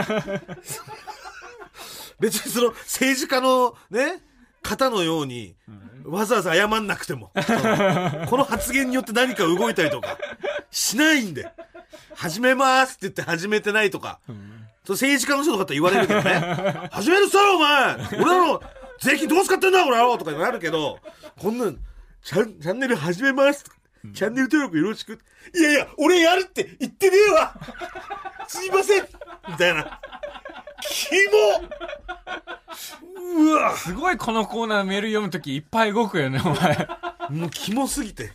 S2: 別にその政治家のね、方のように、わざわざ謝んなくても、そのこの発言によって何か動いたりとか、しないんで、始めますって言って始めてないとか、そう政治家の人とかって言われるけどね、始めるっすよお前俺らの税金どう使ってんだこれ野郎とかなるけど、こんなん、チャンチャンネル始めますとかチャンネル登録よろしく。いやいや、俺やるって言ってねえわすいませんみたいな。キモうわ
S1: すごいこのコーナーメール読むときいっぱい動くよね、お
S2: [laughs]
S1: 前。
S2: もうキモすぎて。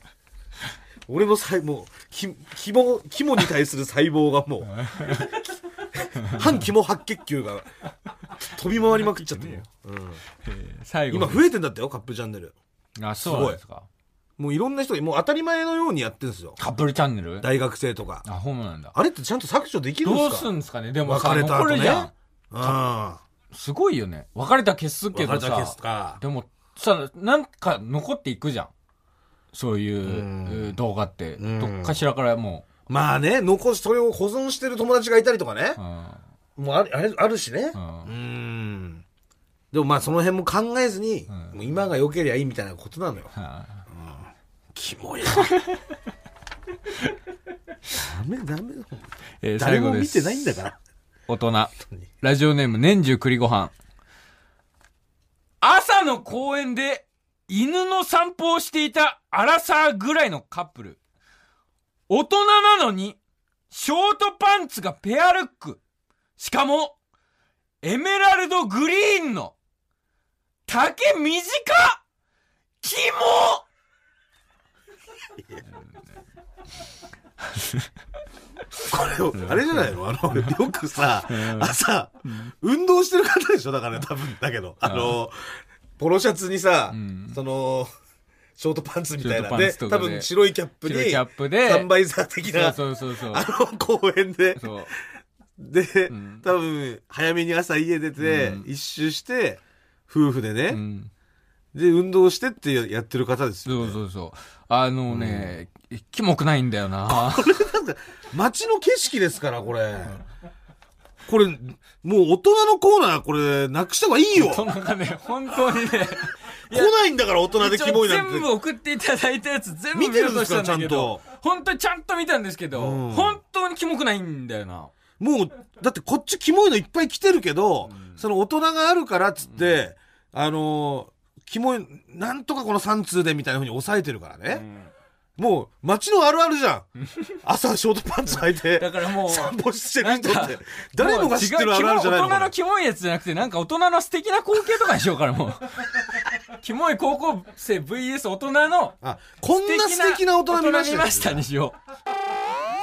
S2: 俺の細胞、き、キモ、キモに対する細胞がもう、反キモ白血球が飛び回りまくっちゃってもう、うん
S1: 最
S2: 今
S1: 後。
S2: 増えてんだってよ、カップチャンネル。
S1: あ、そうなんですか。
S2: もういろんな人がもう当たり前のようにやってるんですよ。
S1: カップルチャンネル
S2: 大学生とか。
S1: あ、ホームなんだ。
S2: あれってちゃんと削除できるんで
S1: ど
S2: す
S1: う
S2: か
S1: すんですかねでもさ、
S2: 別れた
S1: 残
S2: 後
S1: るじゃん
S2: ね。。あ
S1: すごいよね。別れた消す
S2: あ。
S1: けど
S2: 別れたケース
S1: さ
S2: と。か。
S1: でもさ、なんか残っていくじゃん。そういう
S2: うん
S1: えー動画って。
S2: うん
S1: どっかしらからも
S2: まあね、残し、それを保存してる友達がいたりとかね
S1: う。う。ん。
S2: もうある、あれあるしね。
S1: う
S2: うんん。でもまあその辺も考えずに、
S1: ん
S2: もう今が良けりゃいいみたいなことなのよ。
S1: は
S2: キモいな。ダメダメだもん
S1: いえー
S2: 誰
S1: 最
S2: も
S1: 後で
S2: 見
S1: す
S2: てないんだから。
S1: 大人。
S2: 本当に
S1: ラジオネーム年中栗ご飯。朝の公園で犬の散歩をしていたアラサーぐらいのカップル。大人なのに、ショートパンツがペアルック。しかも、エメラルドグリーンの、丈短っキモ
S2: これを、あれじゃないのあの、よくさ
S1: う、ん
S2: 朝、運動してる方でしょだから多分、だけど。あの、ポロシャツにさ
S1: うん、
S2: その、ショートパンツみ
S1: シ
S2: たい
S1: ョート
S2: な。
S1: パン
S2: で、
S1: ツとか
S2: 多
S1: で
S2: 分白いキャップに、
S1: 白いキャップで
S2: サンバイザー的な、
S1: そうそうそうそう。
S2: あの公園で、
S1: そう。
S2: で、
S1: ん
S2: 多分、早めに朝家出て
S1: うん、
S2: 一周して、夫婦で
S1: う
S2: ね、
S1: ん。
S2: で、運動してってややってる方です
S1: そ
S2: よ
S1: う
S2: ね。
S1: そうそう。あのね、キモくないんだよな。 [laughs]
S2: なんか、街の景色ですから、これ。これ、もう大人のコーナー、これ、なくした方がいいよ
S1: そんなかね、本当にね、
S2: 来ないんだから大人でキモいなんて。
S1: 全部送っていただいたやつ全部
S2: 見てる
S1: 見
S2: ん
S1: よう
S2: ですか
S1: としただけど本当にちゃんと見たんですけど、
S2: うん
S1: 本当にキモくないんだよな。
S2: もう、だってこっちキモいのいっぱい来てるけど、その大人があるからっつって、あのーキモい、なんとかこの3通でみたいな風に抑えてるからね。もう、街のあるある
S1: [laughs]
S2: じゃん。朝ショートパンツ履い
S1: だ
S2: て、
S1: からもう、
S2: 散歩してる人
S1: な
S2: っ
S1: ん
S2: て
S1: か、
S2: 誰もが知ってるあるあるじゃない
S1: もう違うキモ大人
S2: の
S1: のキモいやつじゃなくて、なんか大人の素敵な光景とかにしようから、
S2: [laughs]
S1: もう。キモい高校生 VS 大人の
S2: あ、こんな素敵な大人見ましたよ
S1: にしよ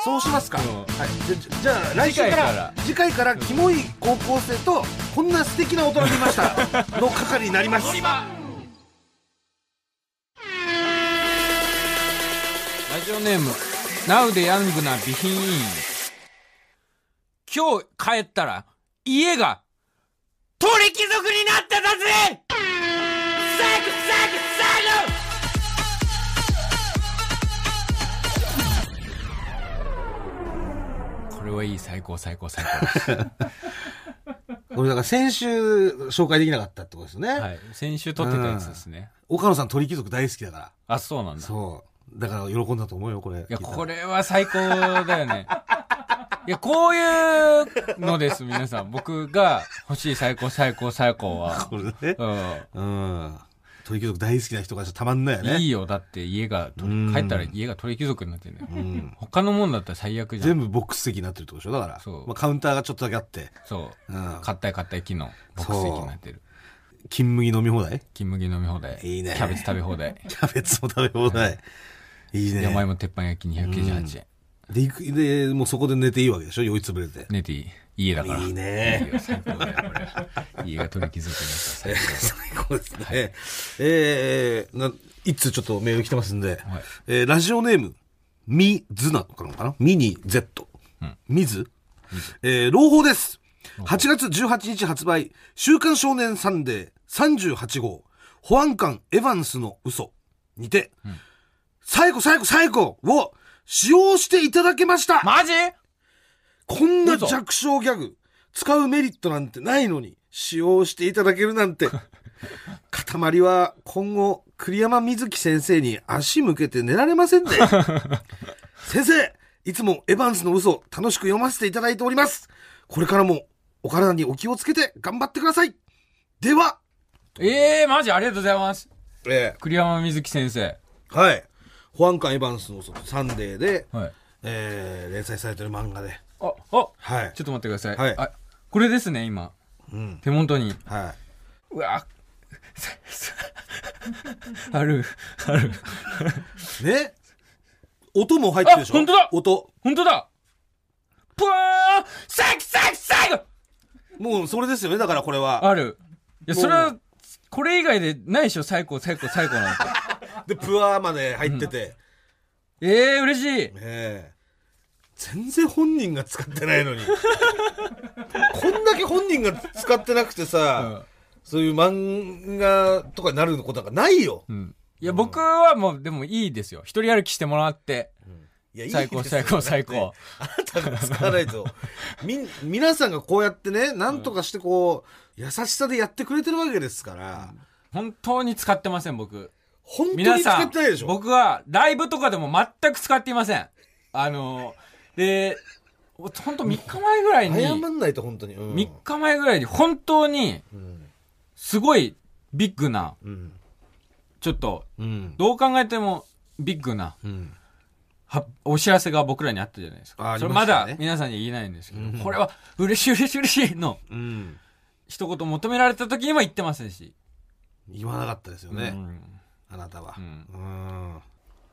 S2: そうしますか。
S1: うん
S2: はい。じゃじゃあ、来
S1: 次回
S2: 週か
S1: からら、
S2: 次回から、キモい高校生と、こんな素敵な大人見ました。の係になります。
S1: う。ラジオネーム、ナウでヤングな備品委員。今日帰ったら、家が、鳥貴族になってたぜサクサクサクこれはいい、最高、最高、最高。
S2: これだから先週紹介できなかったってことですね。 [laughs]
S1: はい。先週撮ってたやつですね。
S2: 岡野さん鳥貴族大好きだから。
S1: あ、そうなんだ。
S2: そう。だから喜んだと思うよ、これ。い
S1: いや、こ。れは最高だよね。いや、こういうのです、皆さん。僕が欲しい最高、最高、最高は。
S2: これね。
S1: う
S2: うん。鳥貴族大好きな人がたまんないよ
S1: ん。
S2: ね。
S1: いいよ。だって家が鳥
S2: うん、
S1: 帰ったら家が鳥貴族になってんだよ
S2: う。ん。
S1: 他のもんだったら最悪じゃん。
S2: 全部ボックス席になってるってことでしょだから。
S1: そう
S2: まあ、カウンターがちょっとだけあって。
S1: そう。
S2: うん。
S1: 硬い硬い木のボックス席になってる。
S2: 金麦飲み放題 [laughs]
S1: 金麦飲み放題。
S2: いいね
S1: キャベツ食べ放題。
S2: キャベツも食べ放題。いいね。
S1: で、お前も鉄板焼き298円。
S2: で、行く、で、もうそこで寝ていいわけでしょ酔いつぶれて。
S1: 寝ていい家だから。
S2: いい
S1: い
S2: ね。
S1: いよ最高だよ、これ。家が鳥貴族になったら最高。
S2: 最高ですね。えー、な、一通ちょっとメール来てますんで、
S1: はい
S2: えーラジオネーム、ミズナかなのかなミニ Z。
S1: うん
S2: ミズえー、朗報です。8月18日発売、週刊少年サンデー38号、保安官エヴァンスの嘘にて、最高最高最高を使用していただけました
S1: マジ
S2: こんな
S1: 嘘
S2: 弱小ギャグ、使うメリットなんてないのに、使用していただけるなん
S1: [laughs]
S2: て。塊は今後、栗山瑞希先生に足向けて寝られま
S1: [laughs]
S2: せんね。先生、いつもエヴァンスの嘘、楽しく読ませていただいております。これからも、お体にお気をつけて頑張ってください。では、
S1: ええー、マジありがとうございます。
S2: え
S1: 栗山瑞希先生。
S2: えはい。保安官エヴァンスの嘘、サンデーで、
S1: はい。
S2: えー連載されてる漫画で。
S1: あ、あ、
S2: はい
S1: ちょっと待ってください。
S2: はい
S1: あ、これですね、今。
S2: うん。
S1: 手元に。
S2: はい。
S1: うわ、ある、ある。
S2: ね音も入ってるでしょ
S1: あ本当だ
S2: 音。
S1: 本当だぷわーサクサクサク
S2: もうそれですよね、だからこれは。
S1: ある。いや、それは、これ以外でないでしょ、最高、最高、最高なんて。 [laughs]
S2: で、プアーまで入ってて。
S1: ええー、嬉しい。
S2: ええ全然本人が使ってな
S1: [laughs]
S2: いのにこんだけ本人が使ってなくてさ、そういう漫画とかになることなんかないよ、
S1: うんいや、僕はもう、でもいいですよ。一人歩きしてもらって。
S2: いやいい
S1: 最高
S2: ですよ
S1: 最高最高
S2: だってあなたが使わな
S1: [laughs]
S2: いとみ皆さんがこうやってねなんとかしてこう、優しさでやってくれてるわけですから、
S1: 本当に使ってません、僕。
S2: 本当
S1: 皆
S2: に使
S1: さ
S2: っ
S1: ん
S2: てないでし、ょ
S1: 僕はライブとかでも全く使っていません。あの、で、ほんと3日前ぐらいに、
S2: 謝
S1: 3
S2: んないと本当に、うん
S1: 日前ぐらいに本当に、
S2: うん
S1: すごいビッグな、
S2: うん
S1: ちょっと、
S2: うん
S1: どう考えてもビッグな、
S2: うん
S1: はお知らせが僕らにあったじゃないです
S2: ああ
S1: か。
S2: り
S1: それ
S2: ま
S1: ま
S2: したね
S1: だ皆さんには言えないんですけ
S2: うん
S1: ど、これは嬉しい嬉しい嬉しいの
S2: うん
S1: 一言求められた時にも言ってませんし。
S2: 言わなかったですよね、
S1: うん
S2: あなたは、
S1: うん
S2: うん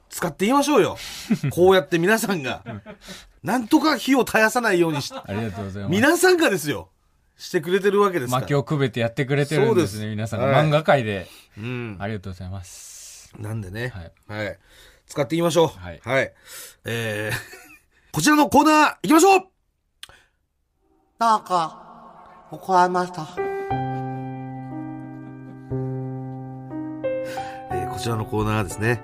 S2: 使って言いましょうよこうやって皆さんがなんとか火を絶やさないようにし
S1: ありがとうございます。
S2: 皆さんがですよしてくれてるわけですか
S1: 負け
S2: ら、
S1: をくべてやってくれてるんです
S2: そう
S1: ね、
S2: です
S1: 皆さん。
S2: はい
S1: 漫画界で。
S2: うん、
S1: ありがとうございます。
S2: なんでね、
S1: はい。
S2: はい。使っていきましょう。
S1: はい
S2: えー、こちらのコー [laughs] ナー、いきましょう
S3: なんか、怒られました。
S2: えーこちらのコーナーはですね、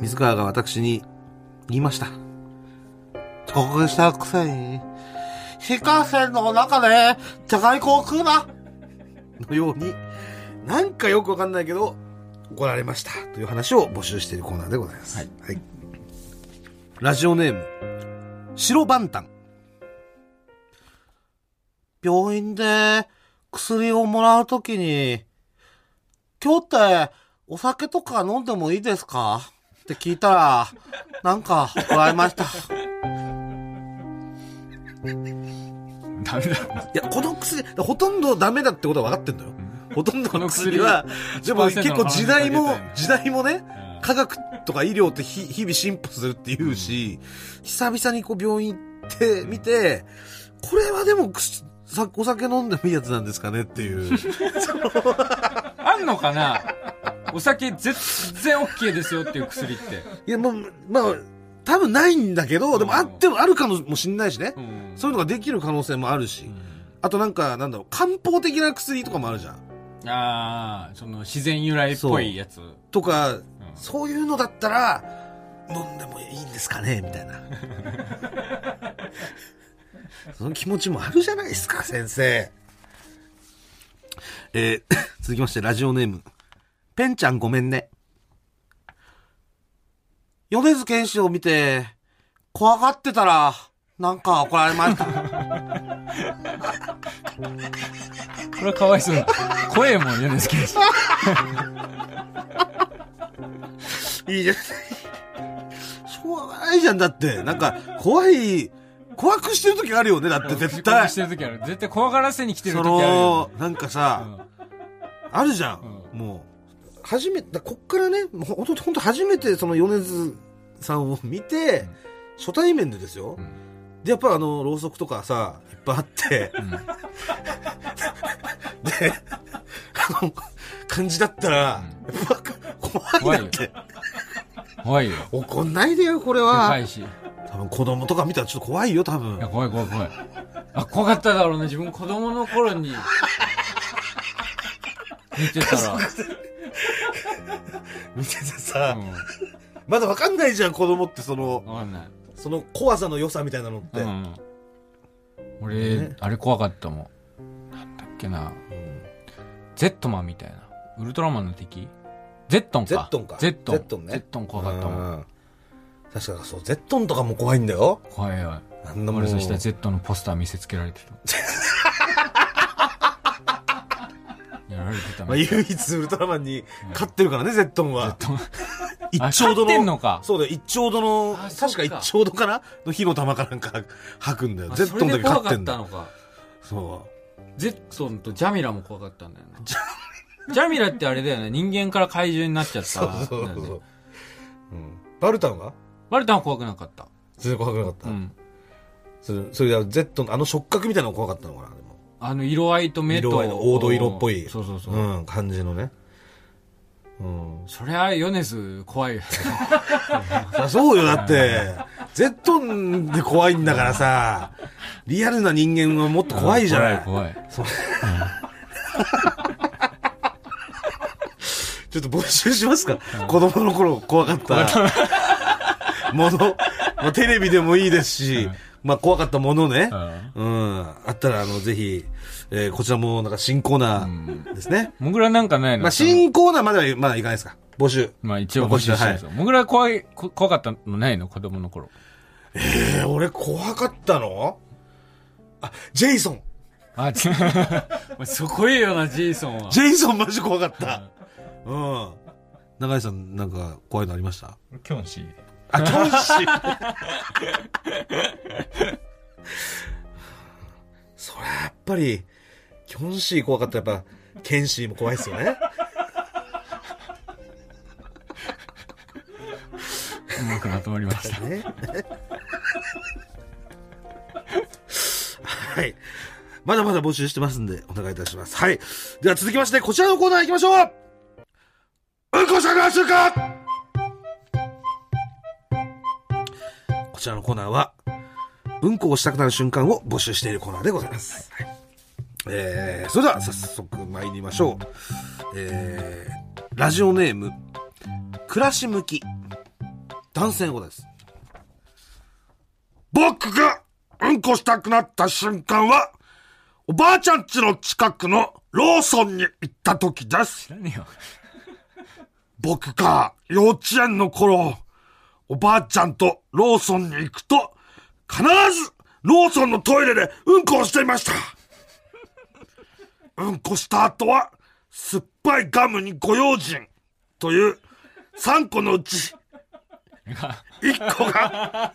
S2: 水川が私に言いました。
S3: 遅刻したくせに、新幹線の中で、じゃがりこを食うな。
S2: のように、なんかよくわかんないけど、怒られました。という話を募集しているコーナーでございます。
S1: はい。
S2: ラジオネーム、白番ン
S3: 病院で、薬をもらうときに、今日って、お酒とか飲んでもいいですかって聞いたら、なんか、怒られました。
S1: ダメだ。
S2: いや、この薬、ほとんどダメだってことは分かってんだよ。ほとんどの薬は、でも結構時代も、時代もね、科学とか医療ってひ日々進歩するっていうし、久々にこう病院行ってみて、これはでもくすさお酒飲んでもいいやつなんですかねって [laughs] いう。
S1: あんのかなお酒全然 OK ですよっていう薬って。
S2: いや、もう、まあ、多分ないんだけど、でもあってもあるかもしんないしね
S1: う。ん。
S2: そういうのができる可能性もあるし。あとなんか、なんだろう、漢方的な薬とかもあるじゃん。
S1: ああ、その自然由来っぽいやつ。
S2: とか、そういうのだったら、飲んでもいいんですかねみたいな。
S1: [laughs]
S2: その気持ちもあるじゃないですか、先生。えー [laughs] 続きまして、ラジオネーム。
S3: ペンちゃんごめんね。米津玄師を見て、怖がってたら、なんか怒られま
S1: [laughs]
S3: した。
S1: これはかわいそうだ。声も嫌ですけど。
S2: いいじゃん。しょうがないじゃん、だって。なんか、怖い、怖くしてる時あるよね、だ
S1: [laughs]
S2: って絶
S1: 怖
S2: 対
S1: くし。てる時ある。絶対怖がらせに来てる
S2: そ
S1: 時あるよ
S2: の、なんかさ、あるじゃん、
S1: う
S2: もう。初めて、だこっからね、もうほんと、ほんと初めてその米津さんを見て、初対面でですよ。
S1: ん
S2: で、やっぱあの、ろうそくとかさ、いっぱいあ
S1: [laughs]
S2: って、で、あの、感じだったら、やっぱ怖いなって。
S1: 怖いよ。
S2: 怒んないでよ、これ
S1: 怖
S2: は。
S1: いし。い
S2: 多分子供とか見たらちょっと怖いよ、多分。
S1: や、怖い怖い怖い。あ、怖かっただろうね。自分子供の頃に。見てたら。
S2: 見ててさ、
S1: うん。
S2: まだわかんないじゃん、子供ってその、
S1: わかんない。
S2: その怖さの良さみたいなのって。
S1: うん、俺、
S2: ね
S1: あれ怖かったもんなんだっけなゼットマンみたいなウルトラマンの敵ゼットンか
S2: ゼットンか
S1: ゼットン
S2: ゼットンね
S1: ゼットン怖かったもん
S2: うん確かそう、ゼットンとかも怖いんだよ。
S1: 怖いよ
S2: なんだもん。
S1: 俺そしたらゼットンのポスター見せつけられて
S2: [laughs]
S1: たやられてた
S2: まあ、
S1: い
S2: 唯一ウルトラマンに勝ってるからね、ゼットンは。一
S1: あ
S2: 丁
S1: 勝
S2: 度
S1: ってんのか
S2: そうだよ、一丁度の、
S1: あそっ
S2: 確
S1: か
S2: か一丁度かなの火の玉かなんか吐くんだよ。ゼットンだけ勝ってんだ
S1: それで怖かっ
S2: そ
S1: たのかゼットンとジャミラも怖かったんだよねジャミラってあれだよね人間から怪獣になっちゃっ
S2: う。
S1: た
S2: そうそう
S1: なんだ
S2: そ
S1: よ
S2: う
S1: ね。
S2: うん。バルタンは
S1: バルタンは怖くなかった
S2: 全然怖くなかった。
S1: うん
S2: それ、それだ、ゼットン、あの触覚みたいなの怖かったのかな、でも。
S1: あの色合いと目と
S2: 色合いの黄土色っぽい。
S1: そうそうそう、
S2: うん、感じのね。うん。
S1: そりゃヨネス怖いよ
S2: そりゃそうよ、だって。ゼットンで怖いんだからさ、リアルな人間はもっと怖いじゃない。
S1: [laughs] 怖い怖い
S2: ちょっと募集しますか、子供の頃怖かったもの、まあ、テレビでもいいですし、まあ怖かったものね。うん。あったら、あの、ぜひ、えーこちらもなんか新コーナーですね。
S1: もぐらなんかないの
S2: まあ新コーナーまでは、まあいかないですか。募集。
S1: まあ一応募集してるんですよ。もぐら怖い、こ怖かったのないの子供の頃。
S2: えー俺怖かったのあ、ジェイソン。
S1: あ、違う。お前 [laughs] そこいいよな、ジェイソンは。
S2: [laughs] ジェイソンマジ怖かった。うん。中井さん、なんか怖いのありました
S1: キョンシー。
S2: あ、キョンシー。 [laughs] そりゃやっぱり、キョンシー怖かったらやっぱ、ケンシーも怖いっすよね。
S1: うまくまとまりました。
S2: [laughs] ねはい。まだまだ募集してますんで、お願いいたします。はい。では続きまして、こちらのコーナー行きましょううんこ探しかこちらのコーナーは、うんこをしたくなる瞬間を募集しているコーナーでございます。はいえー、それでは早速参りましょう。えー、ラジオネーム、暮らし向き、男性語です。僕がうんこしたくなった瞬間は、おばあちゃん家の近くのローソンに行った時です。
S1: [laughs] 何よ。
S2: 僕が幼稚園の頃、おばあちゃんとローソンに行くと、必ずローソンのトイレでうんこをしていました。うんこした後は、酸っぱいガムにご用心という3個のうち、1個が、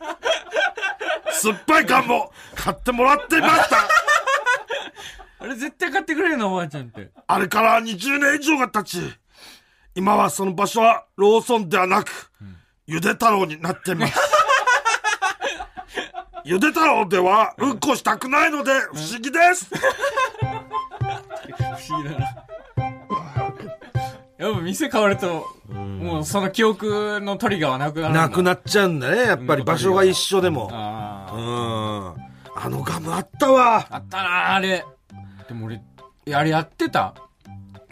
S2: 酸っぱいガムを買ってもらっていました。
S1: あれ絶対買ってくれるの、おばあちゃんって。
S2: あれから20年以上が経ち、今はその場所はローソンではなく、ゆで太郎になっています。 [laughs] ゆで太郎ではうんこしたくないので不思議です。
S1: 不思議だな。やっぱ店変わると、もうその記憶のトリガーはなくなるんだ。
S2: なく
S1: な
S2: なっちゃうんだね、やっぱり場所が一緒でも。
S1: あ
S2: う
S1: ー
S2: ん。あのガムあったわ。
S1: あったな、あれ。でも俺、いやあれやってた。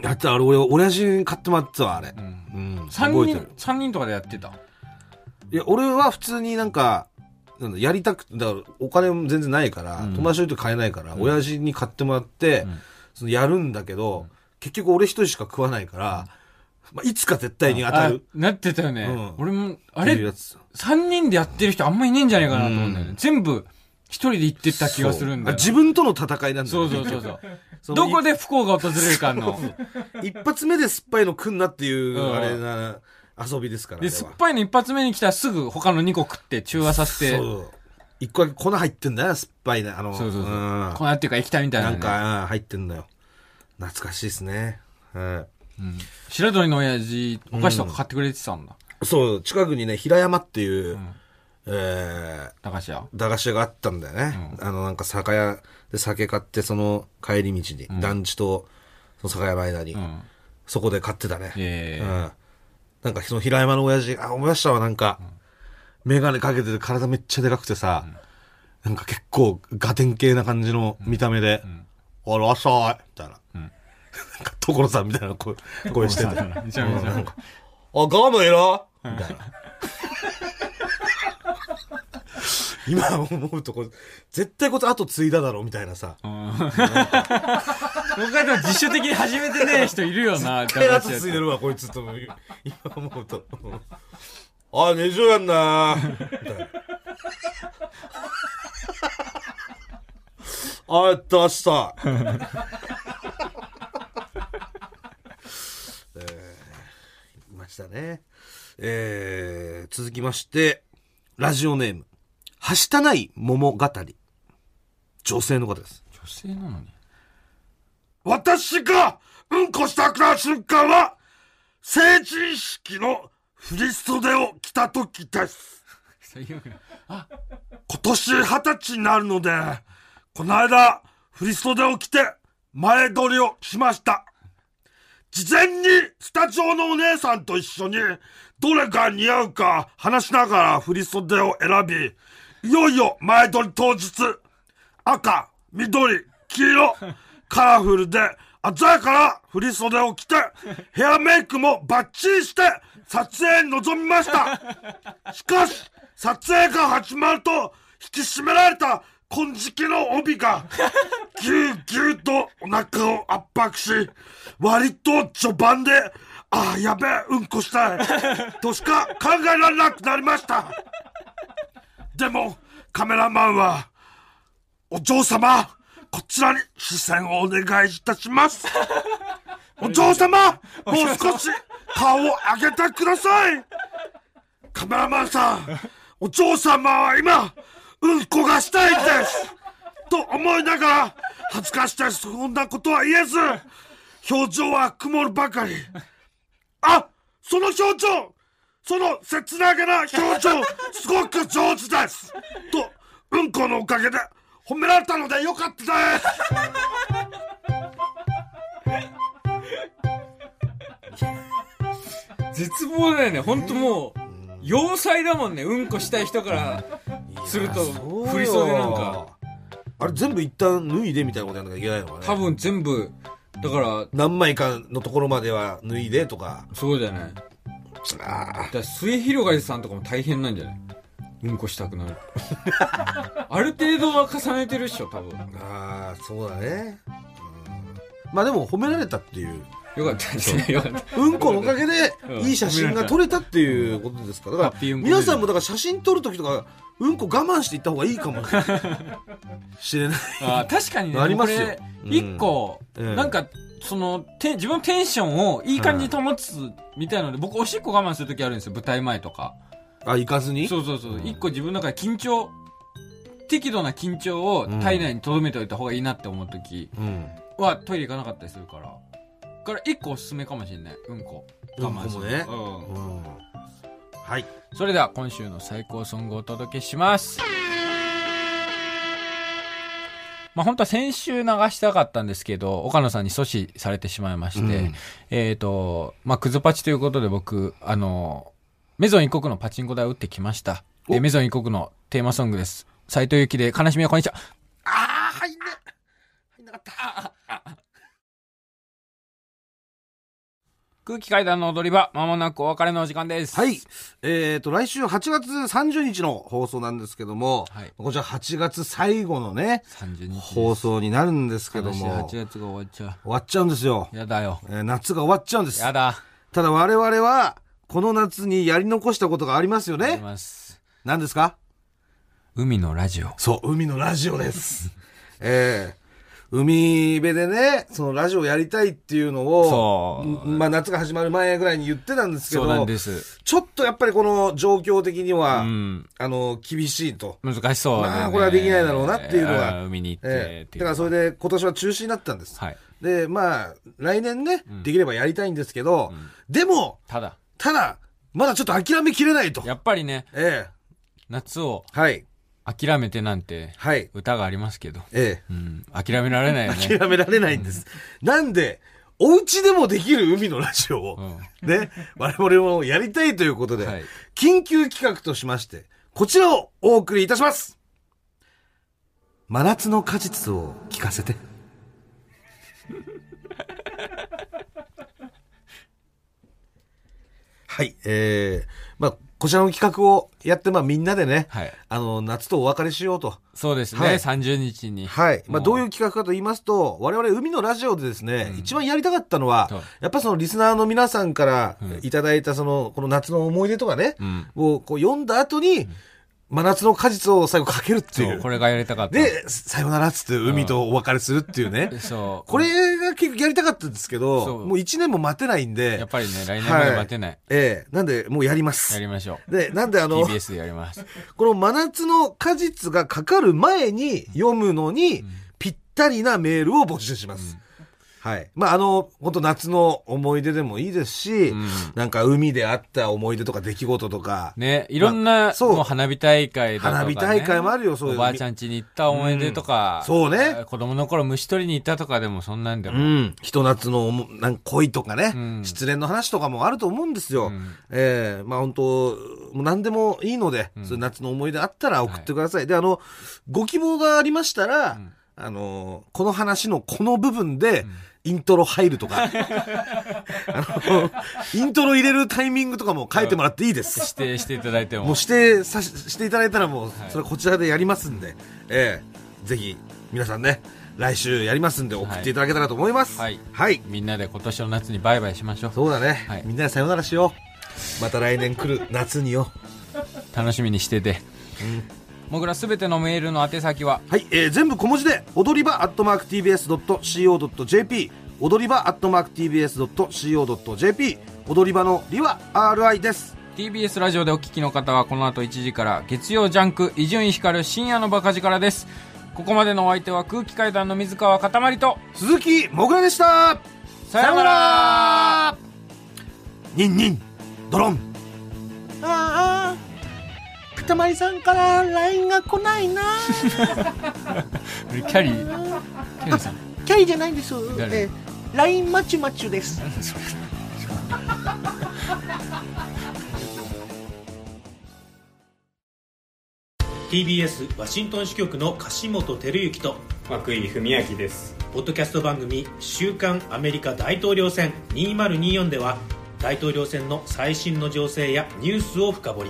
S2: だってあれ俺、親父に買ってもらってたわ、あれ。うんん。
S1: 三
S2: 覚えて
S1: 人
S2: る、
S1: 三人とかでやってた。
S2: いや、俺は普通になんか、なんだ、やりたく、だからお金も全然ないから、友達の人買えないから、親父に買ってもらって、そのやるんだけど、結局俺一人しか食わないから、まあ、いつか絶対に当た
S1: あ
S2: る。、
S1: なってたよね。
S2: うん
S1: 俺も、あ
S2: っていう
S1: れ
S2: や、つ
S1: 三人でやってる人あんまいねえんじゃないかなと思うんだよね。全部、一人で行ってた気がするんだ
S2: そうあ
S1: よ。
S2: 自分との戦いなんだ
S1: そうそうそう
S2: う。
S1: そう。
S2: [laughs] その
S1: どこで不幸が訪れるか
S2: [laughs]
S1: の。
S2: い一発目で酸っぱいの食んなっていう、
S1: うん
S2: あれな、遊びですから
S1: で、
S2: あれ
S1: 酸
S2: は
S1: っぱいの一発目に来たらすぐ他の2個食って中和させて、
S2: そう。一個だけ粉入ってんだよ、酸っぱいね。あの、
S1: そうそうそう
S2: うん
S1: 粉っていうか液体みたいな、
S2: な
S1: ね。
S2: んか、うん入ってんだよ。懐かしいですね。はい。
S1: 白鳥の親父、お菓子とか買ってくれてたんだ。
S2: そう、近くにね、平山っていう、
S1: ん
S2: えー、
S1: 駄菓子屋。
S2: 駄菓子屋があったんだよね。あの、なんか酒屋で酒買って、その帰り道に、団地と、その酒屋の間に、
S1: うん。
S2: そこで買ってたね。
S1: ええ
S2: うん。なんかその平山の親父、あ、思い出したわ、なんか、メガネかけてて体めっちゃでかくてさ、なんか結構ガテン系な感じの見た目で、あらっしゃいみたいな。 [laughs] なんか所さんみたいな声声してて。
S1: めちゃめちゃ。
S2: あ、ガムいろみたいな。 [laughs] 今思うとこ、絶対こいつ後継いだだろみたいなさ。
S1: 僕はでも自主的に始めてねえ人いるよな、
S2: 絶対
S1: 駄
S2: 後
S1: 菓子屋っ
S2: 継い
S1: て
S2: でるわ、こいつと。今思うと。あ、20円なみたいなあ、やった、明日。えーいましたね。えー続きまして、ラジオネーム、はしたない桃語り。女性の方です。
S1: 女性なのに。
S2: 私がうんこしたくなる瞬間は、成人式の振袖を着た時です。
S1: 最悪な。
S2: 今年二十歳になるので、この間、振袖を着て前撮りをしました。事前にスタジオのお姉さんと一緒に、どれが似合うか話しながら振り袖を選び、いよいよ前撮り当日、赤、緑、黄色、カラフルで鮮やかな振り袖を着て、ヘアメイクもバッチリして撮影に臨みました。しかし、撮影が始まると、引き締められた金色の帯が、ぎゅうぎゅうとお腹を圧迫し、割と序盤で、ああ、やべえ、うんこしたい、としか考えられなくなりました。でも、カメラマンは、お嬢様、こちらに視線をお願いいたします。お嬢様、もう少し顔を上げてください。カメラマンさん、お嬢様は今、うんこがしたいんですと思いながら、恥ずかしいですそんなことは言えず、表情は曇るばかり。あその表情その切なげな表情、すごく上手ですと、うんこのおかげで褒められたのでよかったです
S1: 絶望だよね。ほんともう、要塞だもんね。うんこしたい人からすると、振り袖なんか。。
S2: あれ全部一旦脱いでみたいなことやんなきゃいけないのかね。
S1: 多分全部、だから、
S2: 何枚かのところまでは脱いでとか。
S1: そうだよね。だか
S2: あ
S1: ら末広がりさんとかも大変なんじゃないうんこしたくなる。ある程度は重ねてるっしょ、多分。
S2: ーあー、そうだね。うんまあでも褒められたっ
S1: [laughs]
S2: ていう。
S1: よかったですね。よかった。
S2: うんこのおかげで
S1: うん
S2: いい写真が撮れたっていうことですから。だ
S1: ハ
S2: か
S1: ッピー
S2: ら
S1: うんこ
S2: 皆さんもだから写真撮るときとか、うんこ我慢していった方がいいかもしれない。
S1: あー [laughs] 確かにね、
S2: ありますよ
S1: これ
S2: うん
S1: 一個、
S2: ええ
S1: なんか、その、て、自分のテンションをいい感じに保つみたいなので、僕、おしっこ我慢するときあるんですよ、舞台前とか。
S2: あ、行かずに
S1: そうそうそう。一個自分の中で緊張、適度な緊張を体内に留めておいた方がいいなって思うとき
S2: うん。
S1: は、トイレ行かなかったりするから。から、一個おすすめかもしれない。うんこ。我慢する。
S2: うんこ
S1: うん
S2: うんはい。
S1: それでは今週の最高ソングをお届けします。まあ本当は先週流したかったんですけど、岡野さんに阻止されてしまいまして、
S2: うん
S1: えっ、と、まあクズパチということで僕、あの、メゾン一国のパチンコ台を打ってきました。で、メゾン一国のテーマソングです。斎藤由貴で悲しみはこんにちは。
S2: あー、入んな、入んなかった。 [laughs]
S1: 空気階段の踊り場、まもなくお別れのお時間です。
S2: はい。えっ、と、来週8月30日の放送なんですけども、
S1: はい
S2: こちら8月最後のね、
S1: 30日。
S2: 放送になるんですけども、終
S1: 8月が終わっちゃ
S2: わっちゃうんですよ。
S1: う。やだよ。
S2: えー夏が終わっちゃうんです
S1: や。だ。
S2: ただ我々は、この夏にやり残したことがありますよ
S1: い
S2: ね。
S1: ます。
S2: 何ですか
S1: 海のラジオ。
S2: そう、海のラジオです。 [laughs] ええ海辺でね、そのラジオやりたいっていうのを、
S1: そうん
S2: まあ夏が始まる前ぐらいに言ってたんですけ
S1: そうなん
S2: ど、
S1: です。
S2: ちょっとやっぱりこの状況的には、
S1: うん。
S2: あの、厳しいと。
S1: 難しそうだよね、
S2: まあこれはできないだろうなっていうのが
S1: あー海に行って、
S2: え
S1: っ
S2: え
S1: ていう
S2: だからそれで今年は中止になったんです。
S1: はい。
S2: で、まあ、来年ね、できればやりたいんですけど、でも、
S1: ただ、
S2: ただ、まだちょっと諦めきれないと。
S1: やっぱりね、
S2: ええ
S1: 夏を
S2: はい、
S1: 諦めてなんて、
S2: はい、
S1: 歌がありますけど、
S2: え
S1: うん、諦められないよ
S2: え
S1: ね。
S2: 諦められないんです。なんで、お家でもできる海のラジオを、ね、我々もやりたいということで、
S1: はい
S2: 緊急企画としまして、こちらをお送りいたします真夏の果実を聞かせ [laughs] て。はい、えー、まあ、こちらの企画をやって、まあ、みんなでね、
S1: はい。
S2: あの、夏とお別れしようと。
S1: そうですね、
S2: はい
S1: 30日に。
S2: はい。まあ、
S1: も
S2: どういう企画かと言いますと、我々海のラジオでですね、一番やりたかったのは
S1: そう、
S2: やっぱそのリスナーの皆さんから
S1: ん
S2: いただいたその、この夏の思い出とかね、
S1: うん。
S2: をこう読んだ後に、真夏の果実を最後かけるってい
S1: そう、
S2: う
S1: こ。れがやりたかった。
S2: で、さよならっつって海とお別れするっていうね。
S1: そう。
S2: これが結局やりたかったんですけ
S1: そ
S2: ど、
S1: う
S2: もう一年も待てないんで
S1: やっ、ぱりね、来年まで待てない。
S2: ええ、なんでもうやりま
S1: や
S2: す。
S1: りましょ
S2: で、なんであ
S1: う。
S2: の、
S1: TBS でやります。
S2: この真夏の果実がかかる前に読むのに、ぴったりなメールを募集します。はい。まあ、あの、本当夏の思い出でもいいですし、なんか海であった思い出とか出来事とか、
S1: ね、いろんな、
S2: まあそう
S1: もう花火大会だとか、ね、
S2: 花火大会もあるよそういう
S1: おばあちゃん家に行った思い出とか、
S2: うんそうね
S1: 子供の頃虫取りに行ったとかでもそんなんで
S2: う
S1: も、
S2: ん、ひと夏の思うなんか恋とかね、
S1: うん
S2: 失恋の話とかもあると思うんですよ。ええまあ本当、もう何でもいいので、そういう夏の思い出あったら送ってください。で、あの、ご希望がありましたら、あの、この話のこの部分で、イントロ入る
S1: [laughs]
S2: とか、あの、イントロ入れるタイミングとかも書いてもらっていいです。
S1: 指定していただいても。
S2: もう指定さししていただいたらもうそれこちらでやりますんで、ええぜひ皆さんね来週やりますんで送っていただけたらと思います
S1: はい
S2: はい、
S1: みんなで今年の夏にバイバイしましょう。
S2: そうだね、
S1: はい
S2: みんなでさよならしようまた来年来る夏によ [laughs]
S1: 楽しみにしてて。僕らすべてのメールの宛先は、
S2: はい、えー全部小文字で踊り場アットマーク TBS.CO.JP 踊り場アットマーク TBS.CO.JP 踊り場のりは RI です
S1: TBS ラジオでお聞きの方はこの後1時から月曜ジャンク伊集院光る深夜のバカ力です。ここまでのお相手は空気階段の水川かたまりと、
S2: 鈴木もぐらでした
S1: さようなら
S2: ニンニンドロン
S3: ああ、くたまりさんから LINE が来ないな。
S1: キャリー、キャリーさん。
S3: キャリーじゃないです。
S1: 誰
S3: えー、LINE マッチュマッチュです。
S4: TBS ワシントン支局の樫本照之と
S5: 和久井文明です
S4: ポッドキャスト番組「週刊アメリカ大統領選2024」では大統領選の最新の情勢やニュースを深掘り